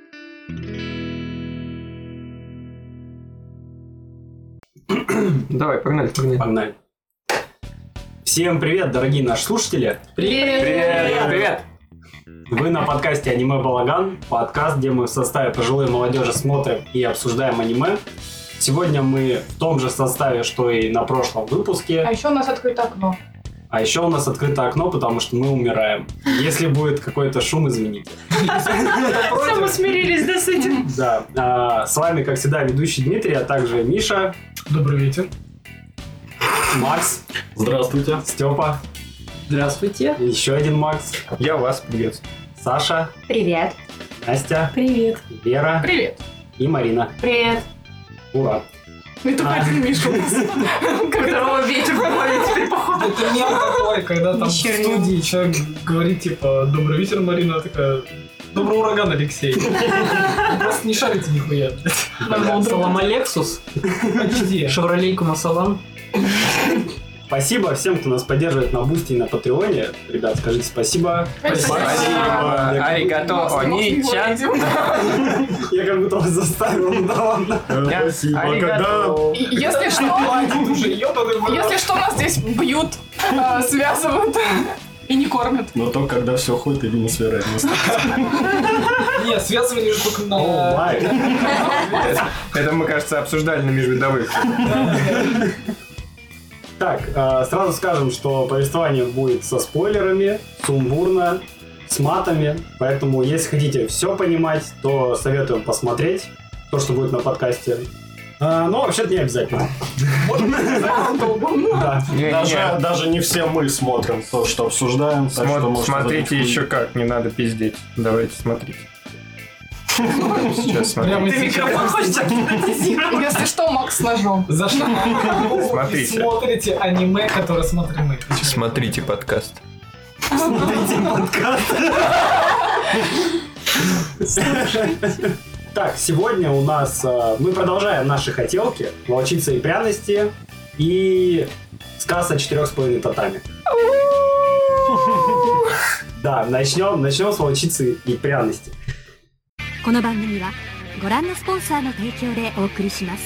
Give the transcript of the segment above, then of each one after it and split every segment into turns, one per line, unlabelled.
Давай, погнали, погнали.
Погнали. Всем привет, дорогие наши слушатели.
Привет!
Привет! Вы на подкасте «Аниме Балаган», подкаст, где мы в составе пожилой молодежи смотрим и обсуждаем аниме. Сегодня мы в том же составе, что и на прошлом
А
выпуске.
еще у нас открыто окно.
А еще у нас открыто окно, потому что мы умираем. Если будет какой-то шум, извините.
Все, мы смирились, да, с этим?
Да. а, С вами, как всегда, ведущий Дмитрий, а также Миша,
Добрый вечер.
Макс,
Здравствуйте.
Степа,
Здравствуйте.
еще один Макс,
Я вас приветствую.
Саша,
Привет.
Настя,
Привет.
Вера
Привет.
и Марина.
Привет.
Ура!
И только
А.
один Миша у нас.
Которого ветер в голове теперь, походу.
Это мем такой, когда там в
Вечерний.
студии человек говорит, типа, добрый вечер, Марина, а такая, добрый ураган, Алексей. Вы Просто не шарите нихуя.
Салам Алексус,
Почти.
шевролейкум ассалам.
Спасибо всем, кто нас поддерживает на Бусти и на Патреоне. Ребят, скажите спасибо.
Спасибо.
Аригато,
Макс,
они
Макс,
чат.
Макс,
Я как будто вас заставил, ну да ладно.
Аригато.
И Если что,
Хватит уже, ёбаный в рот.
если что, нас здесь бьют, а, связывают и не кормят.
Но то, когда все ходит, или не вероятностью.
Не, связывание же только
О,
на...
лайк.
Это мы, кажется, обсуждали на межвидовых.
Так, э, сразу скажем, что повествование будет со спойлерами, сумбурно, с матами. Поэтому, если хотите все понимать, то советуем посмотреть то, что будет на подкасте. А, Но вообще-то не обязательно. Да.
Даже, даже не все мы смотрим то, что обсуждаем. так что, может,
Смотрите
это-
еще как, не надо пиздеть. Давайте смотрите. Сейчас смотрите.
Прямо сейчас.
хочешь
Если что, Макс с ножом.
За что вы
Смотрите.
смотрите аниме, которое смотрим мы? Ты чё?
Смотрите подкаст.
Так, сегодня у нас э, мы продолжаем наши хотелки, волчица и пряности и сказ о четырех с половиной татами. Да, начнем, начнем с волчицы и пряности.
この番組はご覧のスポンサーの提供でお送りします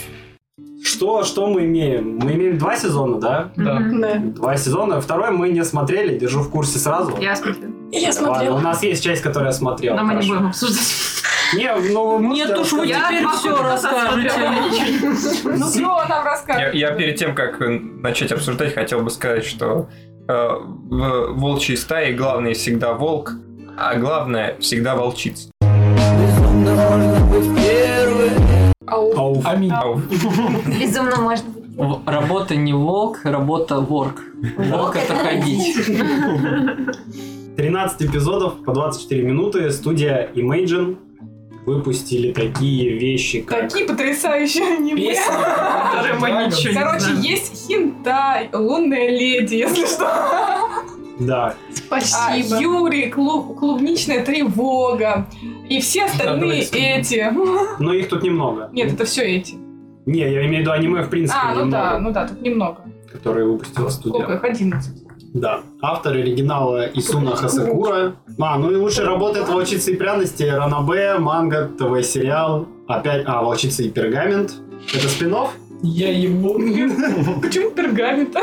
Что, что мы имеем? Мы имеем два сезона, да?
Да.
Два сезона. Второй мы не смотрели, держу в курсе сразу.
Я смотрю.
Я
Ладно, у
смотрела.
нас есть часть, которую я смотрел.
Но мы не
хорошо.
будем обсуждать.
Не, ну...
Нет
можете
уж, вы
рассказать.
теперь все расскажете.
Ну все, нам
Я,
расскажет.
я перед тем, как э, начать обсуждать, хотел бы сказать, что э, в волчьей стае главное всегда волк, а главное всегда волчица.
Ау.
Ау.
Аминь.
Ау.
Безумно можно.
В- Работа не волк, работа ворк. Волк это ходить.
13 эпизодов по 24 минуты. Студия Imagine выпустили такие вещи, как...
Такие потрясающие аниме.
Песня. Даже
мы
Dragon.
ничего не
Короче,
знаю.
есть хинтай, лунная леди, если что.
Да.
А,
Спасибо.
Юрий, клуб- клубничная тревога. И все остальные
давай, сумму.
эти.
Но их тут немного.
Нет, это все эти.
Не, я имею в виду аниме в принципе
А, ну да,
немного,
ну да, тут немного.
которые выпустила студия.
Сколько их? 11.
Да. Автор оригинала Исуна Хасакура. А, ну и лучшие работы это «Волчица и пряности», «Ранабе», «Манга», «ТВ-сериал», опять, а, «Волчица и пергамент». Это спин
Я ебу.
Почему пергамент?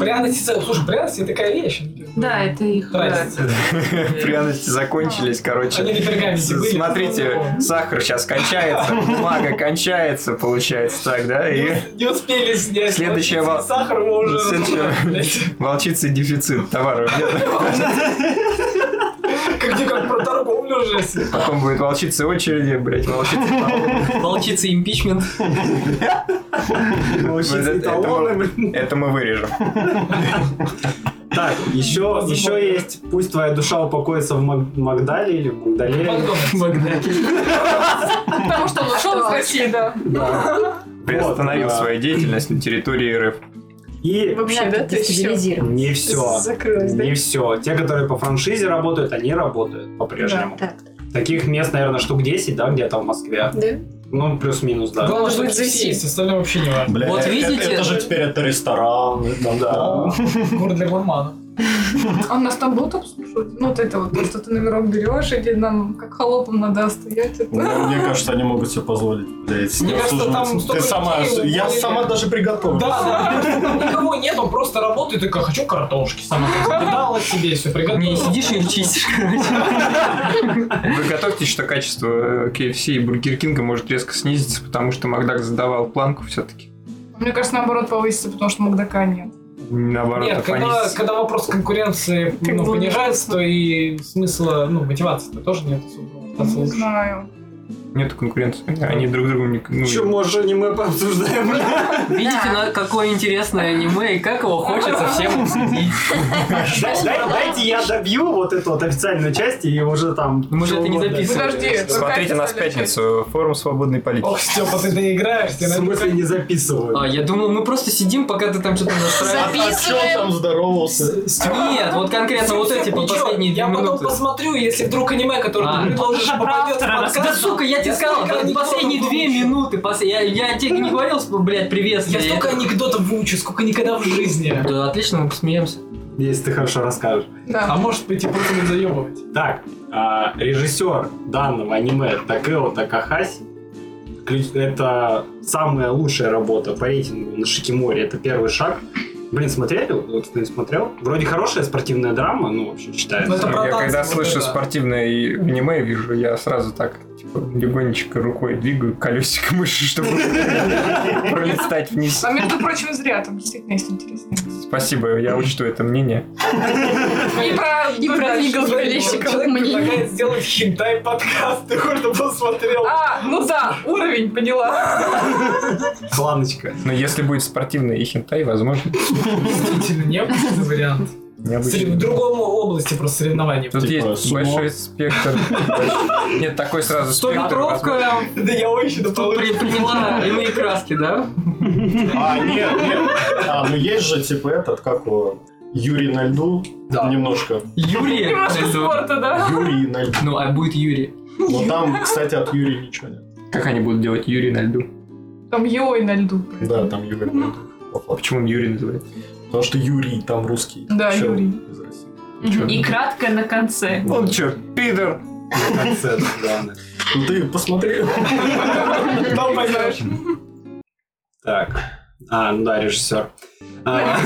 Пряности, целые. слушай, пряности такая вещь.
Да, это их. да.
Тратится.
Пряности закончились,
А. Они
короче.
на пергаменте были.
Смотрите, сахар сейчас кончается, бумага кончается, получается так, да? И
Не успели снять.
Следующая
Вот
во-
эти Сахар мы уже...
Следующая-
разобрали.
волчица дефицит товаров нет.
Как никак про торговлю уже.
Потом будет волчица очереди, блять, волчица талоны.
Волчица импичмент.
«Волчица и
Это- это
талоны», блин.
Это мы вырежем.
Так, еще,
Возможно.
еще есть «Пусть твоя душа упокоится в Маг- Магдале» или «Магдале».
Макдональдс.
Потому что он ушел из России, да.
Приостановил
Вот, да.
свою деятельность на территории РФ.
И
Вообще, да, ты все.
не все.
Закрылась, да?
Не все. Те, которые по франшизе работают, они работают по-прежнему.
Да,
Таких мест, наверное, штук 10, да, где-то в Москве.
Да.
Ну, плюс-минус, да.
Главное,
Может
что
быть,
все
зависит.
есть, остальное вообще не важно.
Бля,
Вот
э, э,
видите?
Это, же теперь это ресторан. там,
Да.
да.
Город для гурмана.
Он нас там будет обслуживать? Ну, вот это вот, то, что ты номерок берешь, или нам как холопом надо стоять. это-
Ну, Мне кажется, они могут себе позволить. Блядь,
Мне
не
кажется, там
обслуживать.
столько
ну, Ты сама...
людей,
Я
блин.
сама даже приготовлю.
Да, да, никого нет, он просто работает, такая, хочу картошки, сама кидала себе, все
Не
приготовила.
сидишь и чистишь, короче.
Вы готовьтесь, что качество э, KFC и Бургер Кинга может резко снизиться, потому что Макдак задавал планку все-таки.
Мне кажется, наоборот, повысится, потому что Макдака нет.
Наоборот,
Нет,
а
когда,
понизится.
когда вопрос конкуренции
Как
ну,
бы-
понижается, то и смысла, ну, мотивации-то тоже нет особо. остаться
Не
лучше.
знаю.
Нету конкуренции. Они друг другу не... ну,
Че, может, аниме пообсуждаем?
Видите, на- какое интересное аниме и как его хочется всем обсудить.
Дай- дай- Дайте я добью вот эту вот официальную часть и уже там...
Мы же
чё
это не
угодно.
записывали.
Подожди.
Смотрите нас в пятницу. Форум свободной политики.
Ох, Степа, ты доиграешь,
В
ты на
смысле не записываю?
А, я думал, мы просто сидим, пока ты там что-то
А
настраиваешь.
А,
Че там здоровался?
Нет, вот конкретно вот эти по последние две
Я потом
минуты.
посмотрю, если вдруг аниме, которое
А.
ты предложишь, попадет в подкаст.
Да, сука, я тебе сказал,
столько
да,
анекдотов
последние две
выучу.
минуты, пос- я, я тебе не говорил, что, блядь,
Я
приветствие.
столько анекдотов выучу, сколько никогда в жизни.
Да, отлично, мы посмеемся.
Если ты хорошо расскажешь.
А
Да.
может быть и просто не заебывать.
Так, а, режиссер данного аниме Такео Такахаси, Клю- это самая лучшая работа по рейтингу на Шикиморе, это первый шаг. Блин, смотрели? Вот ты смотрел? Вроде хорошая спортивная драма, ну вообще считается.
Ну, это про
Я
танцы,
когда
вот
слышу
это.
спортивное аниме вижу, я сразу так типа, легонечко рукой двигаю колесико мыши, чтобы пролистать вниз.
А между прочим, зря там действительно есть интересно.
Спасибо, я учту это мнение.
И про, и про
предлагает сделать хентай подкаст, ты хоть бы посмотрел.
А, ну да, уровень, поняла.
Хланочка.
Но если будет спортивное и хентай, возможно,
Действительно, необычный вариант. Сорев- В
необычно.
другом области просто соревнования.
Тут
Типа,
есть
сумо.
большой спектр. Нет, такой сразу спектр. возможно.
Столетровка
Да я очень
при- приняла иные краски, да?
А, нет, нет. А, ну есть же, типа, этот, как его, Юрий на льду. Немножко.
Юрий.
Немножко
это-
спорта, да?
Юрий на льду.
Ну, а будет Юрий.
Но там, кстати, от Юрия ничего нет.
Как они будут делать Юрий на льду?
Там йой на льду.
Да, там Юрий на льду. По факту.
А Почему он Юрий называется?
Потому что Юрий там русский.
Да,
Чё,
Юрий.
Из России.
И кратко на конце.
Он чё, пидор?
Концерт, главное.
Ну ты посмотри.
Там поймаешь.
Так. А, ну да, режиссер. А,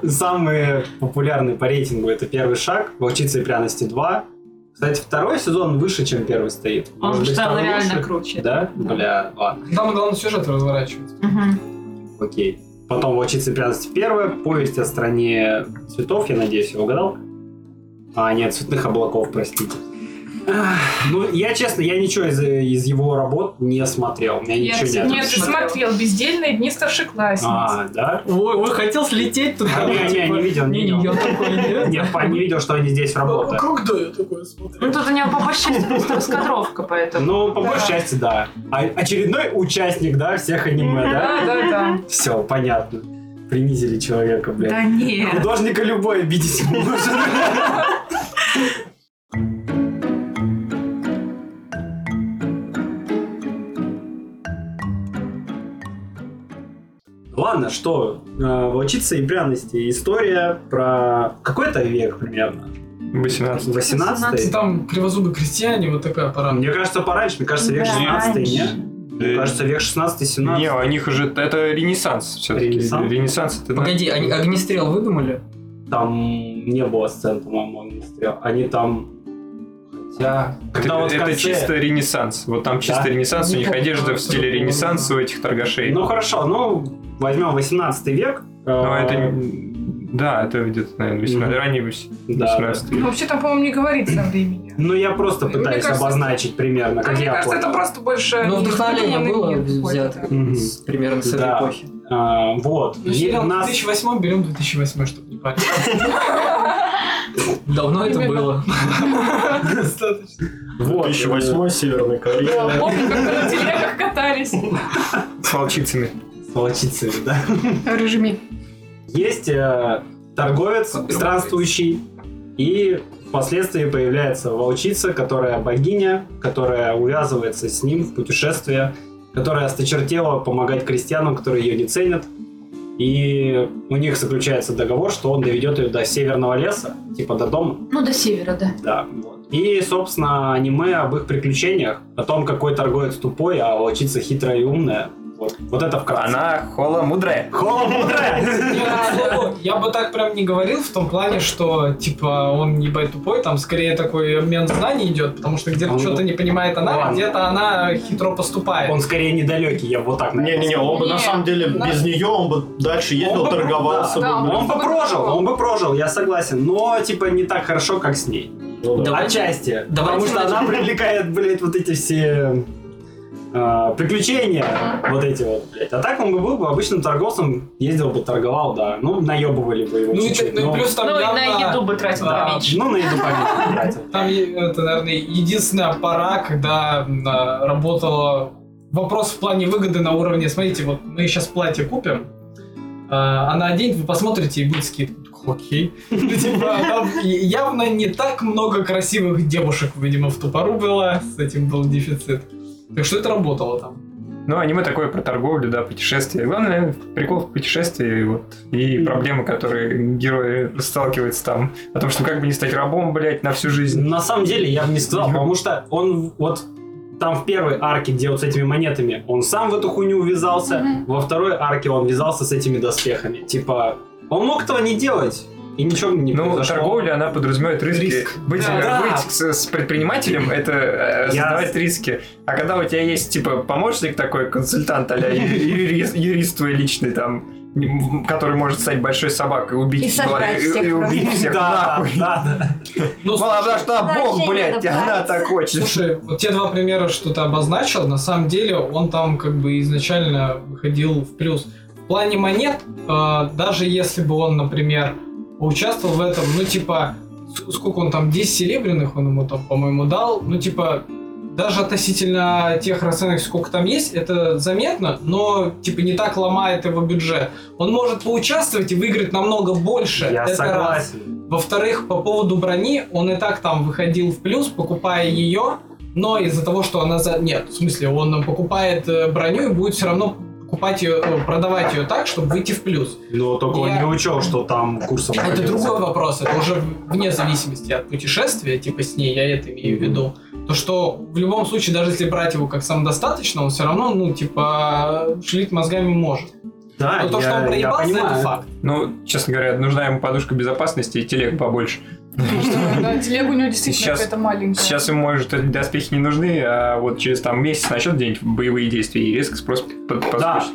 Самые популярные по рейтингу это первый шаг, волчица и пряности 2. Кстати, второй сезон выше, чем первый стоит. Может
Он
быть,
стал
второй
реально
лучше?
круче.
Да? Бля, ладно.
Там главное сюжет разворачивается.
Мгм.
Окей. Потом «Волчица и пряности» первая, «Повесть о стране цветов», я надеюсь, я угадал. А, нет, «Цветных облаков», простите. Ах, Ну, я честно, я ничего из, из его работ не смотрел. У меня
Я,
ничего
кстати,
нет.
не
Нет, ты
смотрела.
смотрел «Бездельные дни старшеклассниц».
А, да? А,
Ой, ой, хотел слететь тут.
Не, не,
типа,
не видел, не
я
видел.
такой, нет.
Я па- не видел, что они здесь работают.
Круг да, я такое смотрю.
Ну тут у него по большей части просто раскадровка, поэтому.
Ну, по
Да.
большей части, да. А- очередной участник, да, всех аниме, да?
Да, да, да.
Все, понятно. Принизили человека, блядь.
Да нет.
Художника любой обидеть можно. Ладно, что, э, волчица и пряности. История про какой-то век примерно.
18.
18
Там кривозубы крестьяне, вот такая пора.
Мне кажется, пораньше. Мне кажется, век
Да,
16
раньше.
нет? Мне кажется, век 16-17.
Не, у них уже это Ренессанс все-таки.
Ренессанс?
Ренессанс это на-
Погоди, они огнестрел выдумали?
Там не было сцен, по-моему, огнестрела. Они там... Хотя...
это,
Когда вот в
это
конце-
чисто Ренессанс. Вот там чисто
Да.
Ренессанс, у них
Никакого
одежда в стиле
другого.
Ренессанс у этих торгашей.
Ну хорошо, ну возьмем 18 век.
Но
Э,
Ну, это... н- Да, это где-то, наверное, 18,
Мгм.
ранний 18
Да.
Ну, вообще там, по-моему, не говорится о времени.
Ну я просто
Мне
пытаюсь
кажется,
обозначить
Да,
примерно, как
мне
я
кажется, это
понял.
просто больше...
Ну, вдохновение
не-
было
не- не-
взято
Мгм.
с- примерно с этой
Да.
эпохи.
А, Вот.
Ну,
И
сериал
нас-
2008 берем 2008, чтобы не парить.
Давно это
Именно.
было.
Достаточно.
Вот.
2008 Северная
Я
Корея.
помню, как мы на телегах катались.
с волчицами.
С волчицами, да.
Режими.
Есть э, торговец
Подбирай.
странствующий, и впоследствии появляется волчица, которая богиня, которая увязывается с ним в путешествие, которая осточертела помогать крестьянам, которые ее не ценят. И у них заключается договор, что он доведет ее до северного леса, типа до дома.
Ну, до севера, да.
Да. вот. И, собственно, аниме об их приключениях, о том, какой торговец тупой, а волчица хитрая и умная. Вот, вот это вкратце.
Она хола мудрая.
Холла мудрая!
Я бы так прям не говорил в том плане, что типа он не тупой, там скорее такой обмен знаний идет, потому что где-то
Он- ну
что-то не понимает она, а
Ладно.
где-то она хитро поступает.
Он скорее недалекий, я бы вот так наверное,
Не-не-не, он бы на
Не,
самом деле
на-
без нее, он бы дальше ездил,
бы-
торговался
да,
бы.
сказал.
да,
Он бы прожил, он бы прожил, я согласен, но типа не так хорошо, как с ней.
Ну да.
Давайте-
Отчасти.
давайте
потому что
начнем.
она привлекает, блядь, вот эти все э, приключения,
Мгм.
вот эти вот, блядь. А так он бы был бы обычным торговцем, ездил бы, торговал, да. Ну, наебывали бы его
Ну и,
чуть-чуть,
ну и
но-
плюс там
Ну, и на
явно-
еду бы тратил
Да.
поменьше.
А, Ну, на еду понятно, тратил.
Там, е- это, наверное, единственная пора, когда м, а, работала вопрос в плане выгоды на уровне, смотрите, вот мы сейчас платье купим, а, она оденет, вы посмотрите, и будет скидка. Окей. Ну, типа, там явно не так много красивых девушек, видимо, в ту пору было, с этим был дефицит. Так что это работало там.
Ну, аниме такое про торговлю, да, путешествия. Главное, прикол в путешествии, вот, и проблемы, которые герои сталкиваются там. О том, что как бы не стать рабом, блядь, на всю жизнь.
На самом деле, я бы не сказал,
Мгм.
потому что он в- вот там в первой арке, где вот с этими монетами, он сам в эту хуйню ввязался,
Мгм.
во второй арке он ввязался с этими доспехами. Типа, он мог этого не делать, и ничего бы не
ну,
произошло.
торговля, она подразумевает риски.
Риск.
Быть, э,
Да, да.
быть с, с предпринимателем — это э,
Я-
создавать риски. А когда у тебя есть, типа, помощник такой, консультант а юрист, юрист твой личный там, м, который может стать большой собакой, убить
И сожрать
и-
всех
и убить
Да,
всех
да,
нахуй.
да.
Ну,
Мало того, что она
Вообще
бог,
не
блядь, она
добавится.
так хочет.
Слушай, вот те два примера, что ты обозначил, на самом деле он там как бы изначально выходил в плюс. В плане монет, э, даже если бы он, например, участвовал в этом, ну типа, с- сколько он там, 10 серебряных он ему там, по-моему, дал, ну типа, даже относительно тех расценок, сколько там есть, это заметно, но типа не так ломает его бюджет. Он может поучаствовать и выиграть намного больше.
Я
Это раз.
согласен.
Во-вторых, по поводу брони, он и так там выходил в плюс, покупая ее, но из-за того, что она за... Нет, в смысле, он покупает э, броню и будет все равно покупать ее, продавать ее так, чтобы выйти в плюс.
Но только он
Я-
не учел, что там курсом...
А Это
обходился.
другой вопрос, это уже вне зависимости от путешествия, типа с ней, я это имею в виду. То, что в любом случае, даже если брать его как самодостаточно, он все равно, ну, типа, шевелить мозгами может.
Да,
Но ну, то,
я-
что он
я
проебался, это
понимаю.
факт.
Ну, честно говоря, нужна ему подушка безопасности и телег побольше.
Да, телега у него действительно
Сейчас-
какая-то маленькая.
Сейчас ему, может, эти доспехи не нужны, а вот через там месяц начнет где-нибудь боевые действия и резко спрос под,
Да,
подскочит.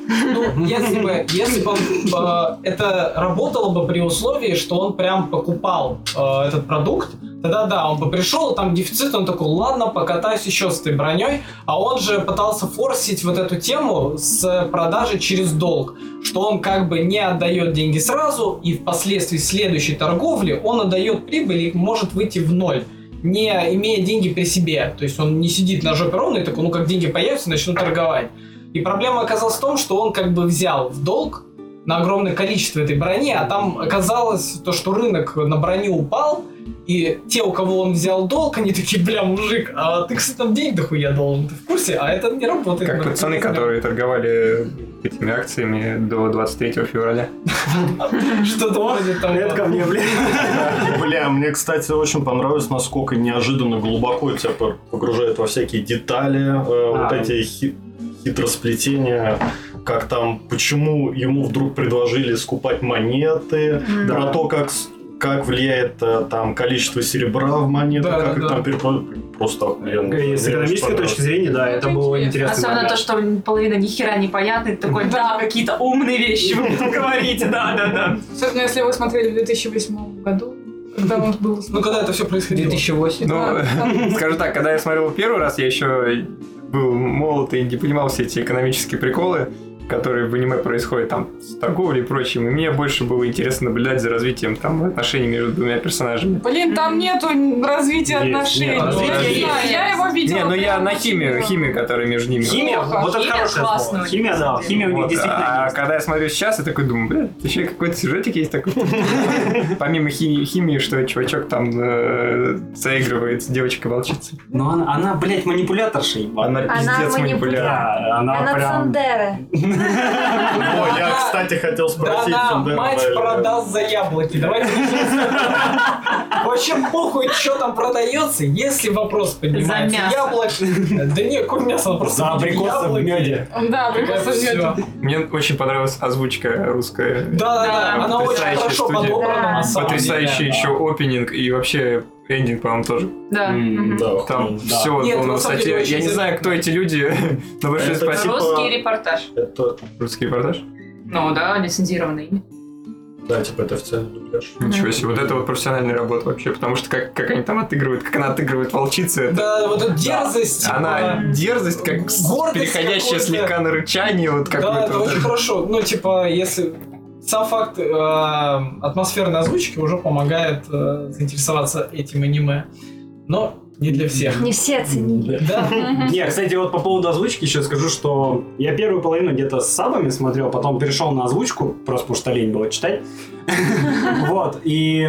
Ну, если бы, если бы э, это работало бы при условии, что он прям покупал э, этот продукт, тогда да, он бы пришел, там дефицит, он такой, ладно, покатаюсь еще с этой броней, а он же пытался форсить вот эту тему с продажи через долг, что он как бы не отдает деньги сразу, и впоследствии следующей торговли он отдает прибыль и может выйти в ноль не имея деньги при себе. То есть он не сидит на жопе ровно и такой, ну как деньги появятся, начну торговать. И проблема оказалась в том, что он как бы взял в долг на огромное количество этой брони, а там оказалось то, что рынок на броню упал, и те, у кого он взял долг, они такие, бля, мужик, а ты, кстати, там денег дохуя должен, ты в курсе? А это не работает.
Как
блядь,
пацаны,
не знаю.
которые торговали этими акциями до 23 февраля.
Что-то вроде того.
Привет ко мне, блин.
Бля, мне, кстати, очень понравилось, насколько неожиданно глубоко тебя по- погружают во всякие детали, э, вот
А.
эти хи- хитросплетения, как там, почему ему вдруг предложили скупать монеты, про то, как с- как влияет э, там количество серебра в монетах,
Да,
как
да,
их
да.
там перепродают. Просто охуенно.
И С
Мне
экономической
очень
точки зрения, да, это было интересно.
Особенно А то, что половина ни хера непонятно, и ты такой, да, какие-то умные вещи вы тут говорите, да, да, да.
Особенно если вы смотрели в 2008 году, когда он был...
Ну, когда это все происходило?
2008.
Ну,
Да, да.
скажу так, когда я смотрел первый раз, я еще был молод и не понимал все эти экономические приколы, которые в аниме происходят там с торговлей и прочим. И мне больше было интересно наблюдать за развитием там отношений между двумя персонажами.
Блин, там нету развития
Есть,
отношений.
нет,
Я не
развития
знаю,
есть.
Я его видела.
Не, ну я
прям
на
очень
химию,
много.
химию, которая между ними.
Химия,
Плохо.
вот это
Химия
хорошее
классная
слово.
у них,
Химия,
на
да,
самом деле.
химия у них
Вот,
действительно
а
есть.
когда я смотрю сейчас, я такой думаю, бля, еще какой-то сюжетик есть такой. Помимо хи- химии, что чувачок там э, заигрывает с девочкой-волчицей.
Ну, Но она, она, блядь, манипуляторша, ебаная.
Она
Она
пиздец
манипуля-
манипулятор.
Да, она
Она
прям...
Цандера.
О, я, кстати, хотел спросить.
Да-да,
Сандера
мать
Найля.
продаст за яблоки. Давайте начнем. Вообще похуй, что там продается, если вопрос поднимается.
мясо.
Яблок. Да не, какое мясо, она просто
За
видит
абрикосы в
яблоки.
меде.
Да,
Это
прикосы
всё.
ждете.
Мне очень понравилась озвучка
Да,
русская.
да, да.
Да,
Она очень
потрясающая
хорошо
студия.
подобрана на самом деле.
Потрясающий еще опенинг и вообще эндинг, по-моему, тоже.
Да.
М,
мгм.
Да,
Там
охуенно.
да.
все
Нет,
было на
на самом деле
высоте.
очень
Я не знаю, кто эти люди, но большое
Это типа
спасибо.
Русский репортаж.
Это,
Русский репортаж?
Ну да, лицензированный.
да, типа, это официальный дубляж.
Ничего себе, вот это вот профессиональная работа вообще, потому что как, как они там отыгрывают, как она отыгрывает волчицы, это
Да, вот эта дерзость.
она
типа,
дерзость, как с-
Гордость
переходящая
какой-то.
слегка на рычание, вот
Да,
какое-то
это
вот
очень
это.
хорошо. Ну, типа, если сам факт э, атмосферной озвучки уже помогает э, заинтересоваться этим аниме. Но не для всех.
Не все оценили.
Да,
Не, кстати, вот по поводу озвучки еще скажу, что я первую половину где-то с сабами смотрел, потом перешел на озвучку, просто потому что лень было читать. Вот, и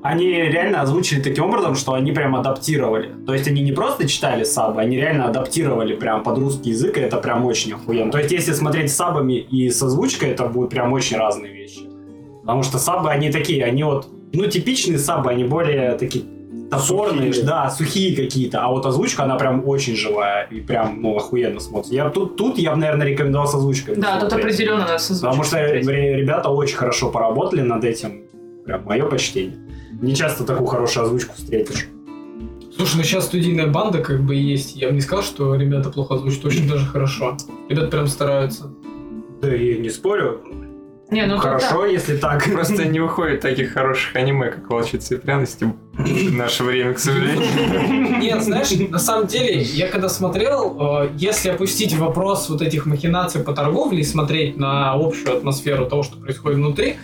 они реально озвучили таким образом, что они прям адаптировали. То есть они не просто читали сабы, они реально адаптировали прям под русский язык, и это прям очень охуенно. То есть если смотреть с сабами и с озвучкой, это будут прям очень разные вещи. Потому что сабы, они такие, они вот... Ну, типичные сабы, они более такие топорные,
Сухие.
да, сухие какие-то. А вот озвучка, она прям очень живая и прям, ну, охуенно смотрится. Я тут, тут я бы, наверное, рекомендовал с озвучкой.
Да, тут
посмотреть.
определенно нас озвучка
Потому что
смотреть.
ре- ребята очень хорошо поработали над этим. Прям мое почтение. Не часто такую хорошую озвучку встретишь.
Слушай, ну сейчас студийная банда как бы есть. Я бы не сказал, что ребята плохо озвучат, очень даже хорошо. Ребята прям стараются.
Да и не спорю.
Не, ну
хорошо, если так.
Просто не выходит таких хороших аниме, как «Волчица и пряности» в наше время, к сожалению.
Нет, знаешь, на самом деле, я когда смотрел, э, если опустить вопрос вот этих махинаций по торговле и смотреть на общую атмосферу того, что происходит внутри,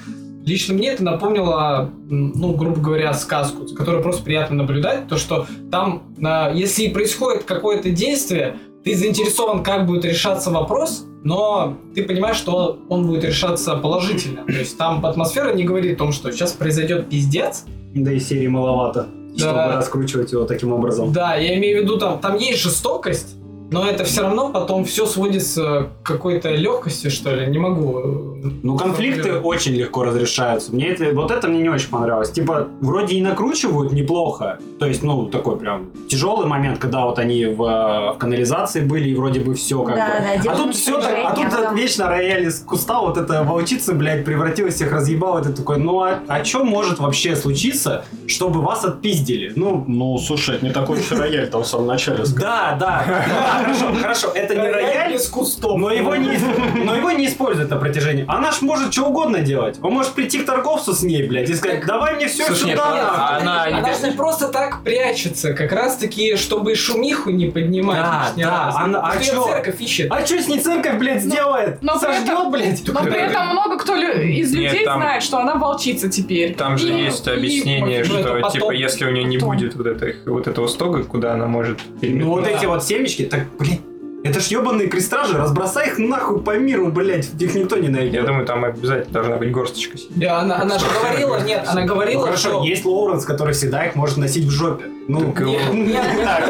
лично мне это напомнило, м, ну, грубо говоря, сказку, за которой просто приятно наблюдать, то, что там, э, если и происходит какое-то действие, ты заинтересован, как будет решаться вопрос, но ты понимаешь, что он будет решаться положительно. То есть там атмосфера не говорит о том, что сейчас произойдет пиздец,
Да и серии маловато,
Да.
чтобы раскручивать его таким образом.
да, я имею в виду, там, там есть жестокость, но это все равно потом все сводится к какой-то легкости, что ли. Не могу. э,
Ну, конфликты
сформулировать.
очень легко разрешаются. Мне это, вот это мне не очень понравилось. Типа, вроде и накручивают неплохо. То есть, ну, такой прям тяжелый момент, когда вот они в, э, в канализации были, и вроде бы все как
Да,
бы.
да,
А
делают
тут все так, а тут
напряжение,
так
там.
вечно рояль из куста, вот эта волчица, блядь, превратилась, всех разъебала, и ты такой, ну а, а что может вообще случиться, чтобы вас отпиздили? Ну,
Ну, слушай, это не такой уж и рояль, там в самом начале сказано.
да, да, да, хорошо, хорошо, это не рояль,
из кустов.
но его, не, но его не используют на протяжении. Она ж может что угодно делать. Он может прийти к торговцу с ней, блядь, и сказать, давай мне все
Слушай, нет,
сюда, нахуй».
а она...
Она же не просто так прячется, как раз таки, чтобы шумиху не поднимать.
Да,
лишний
да,
раз.
она- а
Потому что её
чё?
церковь ищет.
А что с ней церковь, блядь, сделает?
но при
Сожжет,
этом-
блядь.
Но при этом много кто лю- из
Э, Нет,
людей
там-
знает, что она волчица теперь.
Там же
И-
есть
Ну, и-
объяснение,
ну, это
что
потом.
типа если у нее не
Потом.
будет вот, этой, вот этого стога, куда она может
Ну вот
переметнуться.
эти вот семечки, так, блядь, это ж ебаные крестражи, разбросай их нахуй по миру, блядь, их никто не найдет.
Я думаю, там обязательно должна быть горсточка. сидеть.
Да, она, она же говорила, нет, она
Ну,
говорила,
хорошо,
что...
есть Лоуренс, который всегда их может носить в жопе. Ну,
Так его-
так,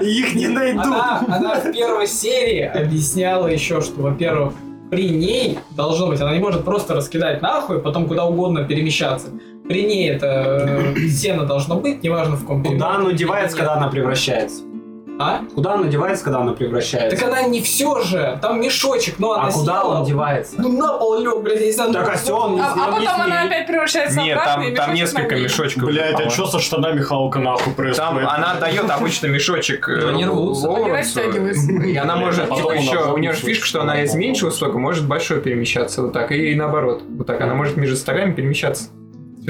их не найдут.
Она, она в первой серии объясняла еще, что, во-первых, при ней должно быть, она не может просто раскидать нахуй, потом куда угодно перемещаться. При ней это э, сено должно быть, неважно в ком
Куда
перемещаться.
она девается, когда она превращается?
А?
Куда она девается, когда она
Так
превращается?
она не все же, там мешочек, ну она
А куда
съела.
он девается?
Ну на пол лег, блядь, я не знаю.
Так,
ну,
а всё, он-
А, а
Объясни.
потом она опять превращается
Нет,
обратно и
там, там
мешочек
несколько
на ней.
мешочков.
Блять, а
по-моему.
что со штанами Халка нахуй
Там
происходит?
она дает обычно мешочек э,
Но они рвутся,
Лоуренсу,
они растягиваются.
и она может
Потом
типа,
она
еще, у нее же
обычно
фишка, что она из меньшего стока может в большой перемещаться вот так, и наоборот, вот так, она может между стогами перемещаться.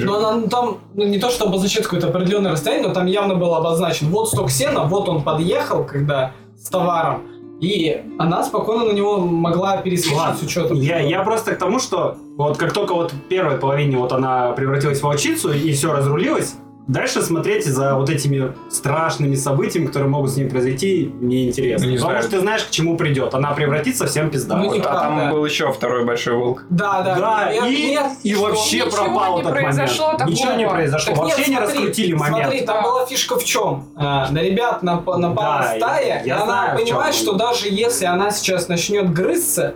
Ну, она ну, там, ну, не то, что обозначает какое-то определенное расстояние, но там явно было обозначено. Вот сток сена, вот он подъехал, когда с товаром. И она спокойно на него могла перескочить
Ладно,
с учетом.
Я, я просто к тому, что вот как только вот в первой половине вот она превратилась в волчицу и все разрулилось, Дальше смотреть за вот этими страшными событиями, которые могут с ней произойти, мне интересно.
Ну, не
Потому
знаю.
что ты знаешь, к чему придет. Она превратится в всем пизда.
Ну,
Вот.
не
А там
Да.
был еще второй большой волк.
Да, да.
Да,
нет,
и,
нет,
и
что?
вообще
Ничего
пропал
не
этот
произошло
момент.
такого.
Ничего не произошло.
Так нет,
Вообще не
смотри,
раскрутили
Смотри,
момент.
там
Да.
была фишка в чем? На ребят напа- напала
Да,
стая,
я- я
и она
знаю, в чём
понимает,
он.
что даже если она сейчас начнет грызться,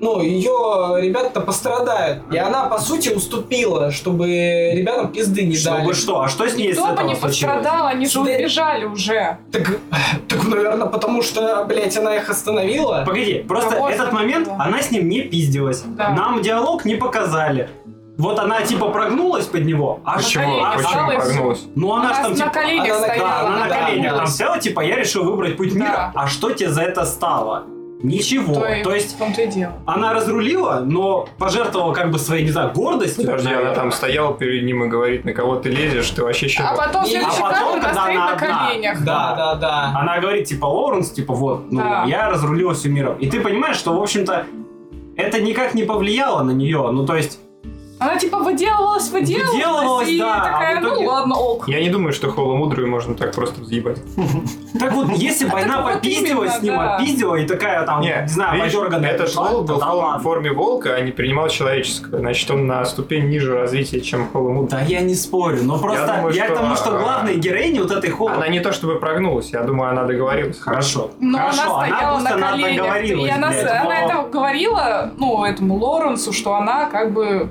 ну, ее ребята пострадают. И она, по сути, уступила, чтобы ребятам пизды не
Чтобы
дали.
что? А что с ней с
Никто бы
этого
не
случилось?
пострадал, они же
Смотри.
убежали уже.
Так, так, наверное, потому что, блядь, она их остановила.
Погоди, просто
Да вот
этот
оно
момент,
было.
она с ним не пиздилась.
Да.
Нам диалог не показали. Вот она типа прогнулась под него, а
колени
Почему?
а-
Почему
встала и всё.
прогнулась?
Ну она ж
Она
там
на
типа...
коленях
она на- да,
Да,
стояла.
она на
да.
коленях там села, типа я решил выбрать путь
Да.
мира, а что тебе за это стало? Ничего.
То и-
То есть
В том-то и дело.
она разрулила, но пожертвовала как бы своей, не знаю, гордостью.
Подожди, она там стояла перед ним и говорит, на кого ты лезешь, ты вообще
А
чего?
потом
И-
следующий
а потом,
кадр она
когда
стоит
она
на
одна.
коленях.
Да, да, да.
Она говорит, типа, Лоуренс, типа, вот, ну,
Да.
я разрулила всю миром. И ты понимаешь, что, в общем-то, это никак не повлияло на нее. Ну, то есть,
Она типа выделывалась, выделывалась,
Выделывалась,
и
да, а
такая,
в итоге-
ну ладно, ок.
Я не думаю, что холомудрую можно так просто взъебать.
так вот, если бы
А
она
так вот
попиздилась с ним,
именно, да.
опиздила, и такая там,
Не,
не знаю,
видишь,
подерганная
этот
пришла,
волк был
да
в
ладно.
форме волка, а не принимал человеческого. Значит, он на ступень ниже развития, чем холомудрую.
Да я не спорю, но просто я,
думаю,
к
что-
тому, что главной героине вот этой холод.
Она не то чтобы прогнулась, я думаю, она договорилась.
Хорошо.
Но
Хорошо,
Ну, она стояла на
просто она
коленях. И
договорилась,
она, с-
блядь,
она
но-
это говорила, ну, этому Лоренсу, что она как бы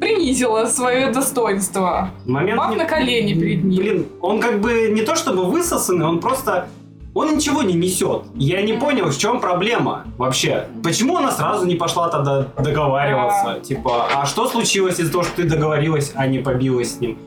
принизила свое достоинство.
Момент
Баб
не-
на колени перед ним.
Блин, он как бы не то чтобы высосанный, он просто... Он ничего не несет. Я не понял, в чем проблема вообще. Почему она сразу не пошла тогда договариваться? Типа, а что случилось из-за того, что ты договорилась, а не побилась с ним?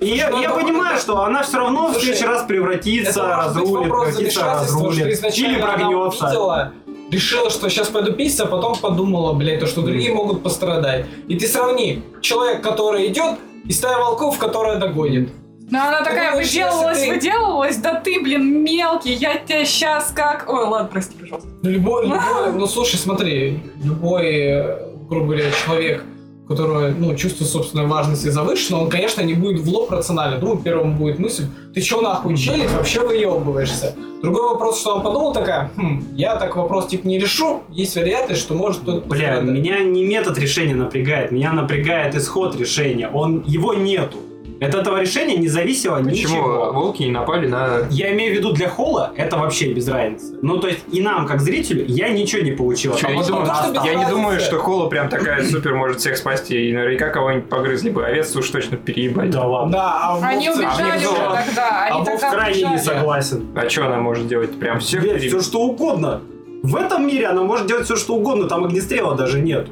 И я,
Ну,
я
это-
понимаю, что она все равно в
Слушай,
следующий раз превратится,
Это может быть
разрулит,
вопрос
превратится,
замешательства, что
разрулит.
изначально
Или
Она
прогнется.
увидела, решила, что сейчас пойду пить, а потом подумала, блядь, то, что другие могут пострадать. И ты сравни, человек, который идет, и стая волков, которая догонит.
Но она такая
думаешь,
выделывалась,
если ты-
выделывалась, да ты, блин, мелкий, я тебя сейчас как... Ой, ладно, прости, пожалуйста.
Ну, Любой, любой- ну слушай, смотри, любой, э, грубо говоря, человек, который, ну, чувствует собственную важность и завышенно, он, конечно, не будет в лоб рационально. Думаю, первым будет мысль, ты чё нахуй челик, вообще выебываешься. Другой вопрос, что он подумал, такая, хм, я так вопрос типа не решу, есть вероятность, что может кто-то
Бля,
пострадать».
меня не метод решения напрягает, меня напрягает исход решения. Он, его нету. От этого решения не зависело
Почему
ничего.
волки не напали на...
Я имею в виду для Холла это вообще без разницы. Ну, то есть и нам, как зрителю, я ничего не получил. от
Чё, я,
того,
вот
не
что
думаю,
потому
она
что
осталась.
я не
разницы.
думаю, что Холла прям такая супер может всех спасти. И наверняка кого-нибудь погрызли бы. Овец уж точно переебали.
Да ладно.
Да, а в
Они
овце-
убежали
мне
же
было-
тогда,
А
они
Вов
тогда
крайне не
убежали.
согласен.
А что она может делать? Прям всех
Блядь,
переб-
все что угодно. В этом мире она может делать все что угодно, там огнестрела даже нет.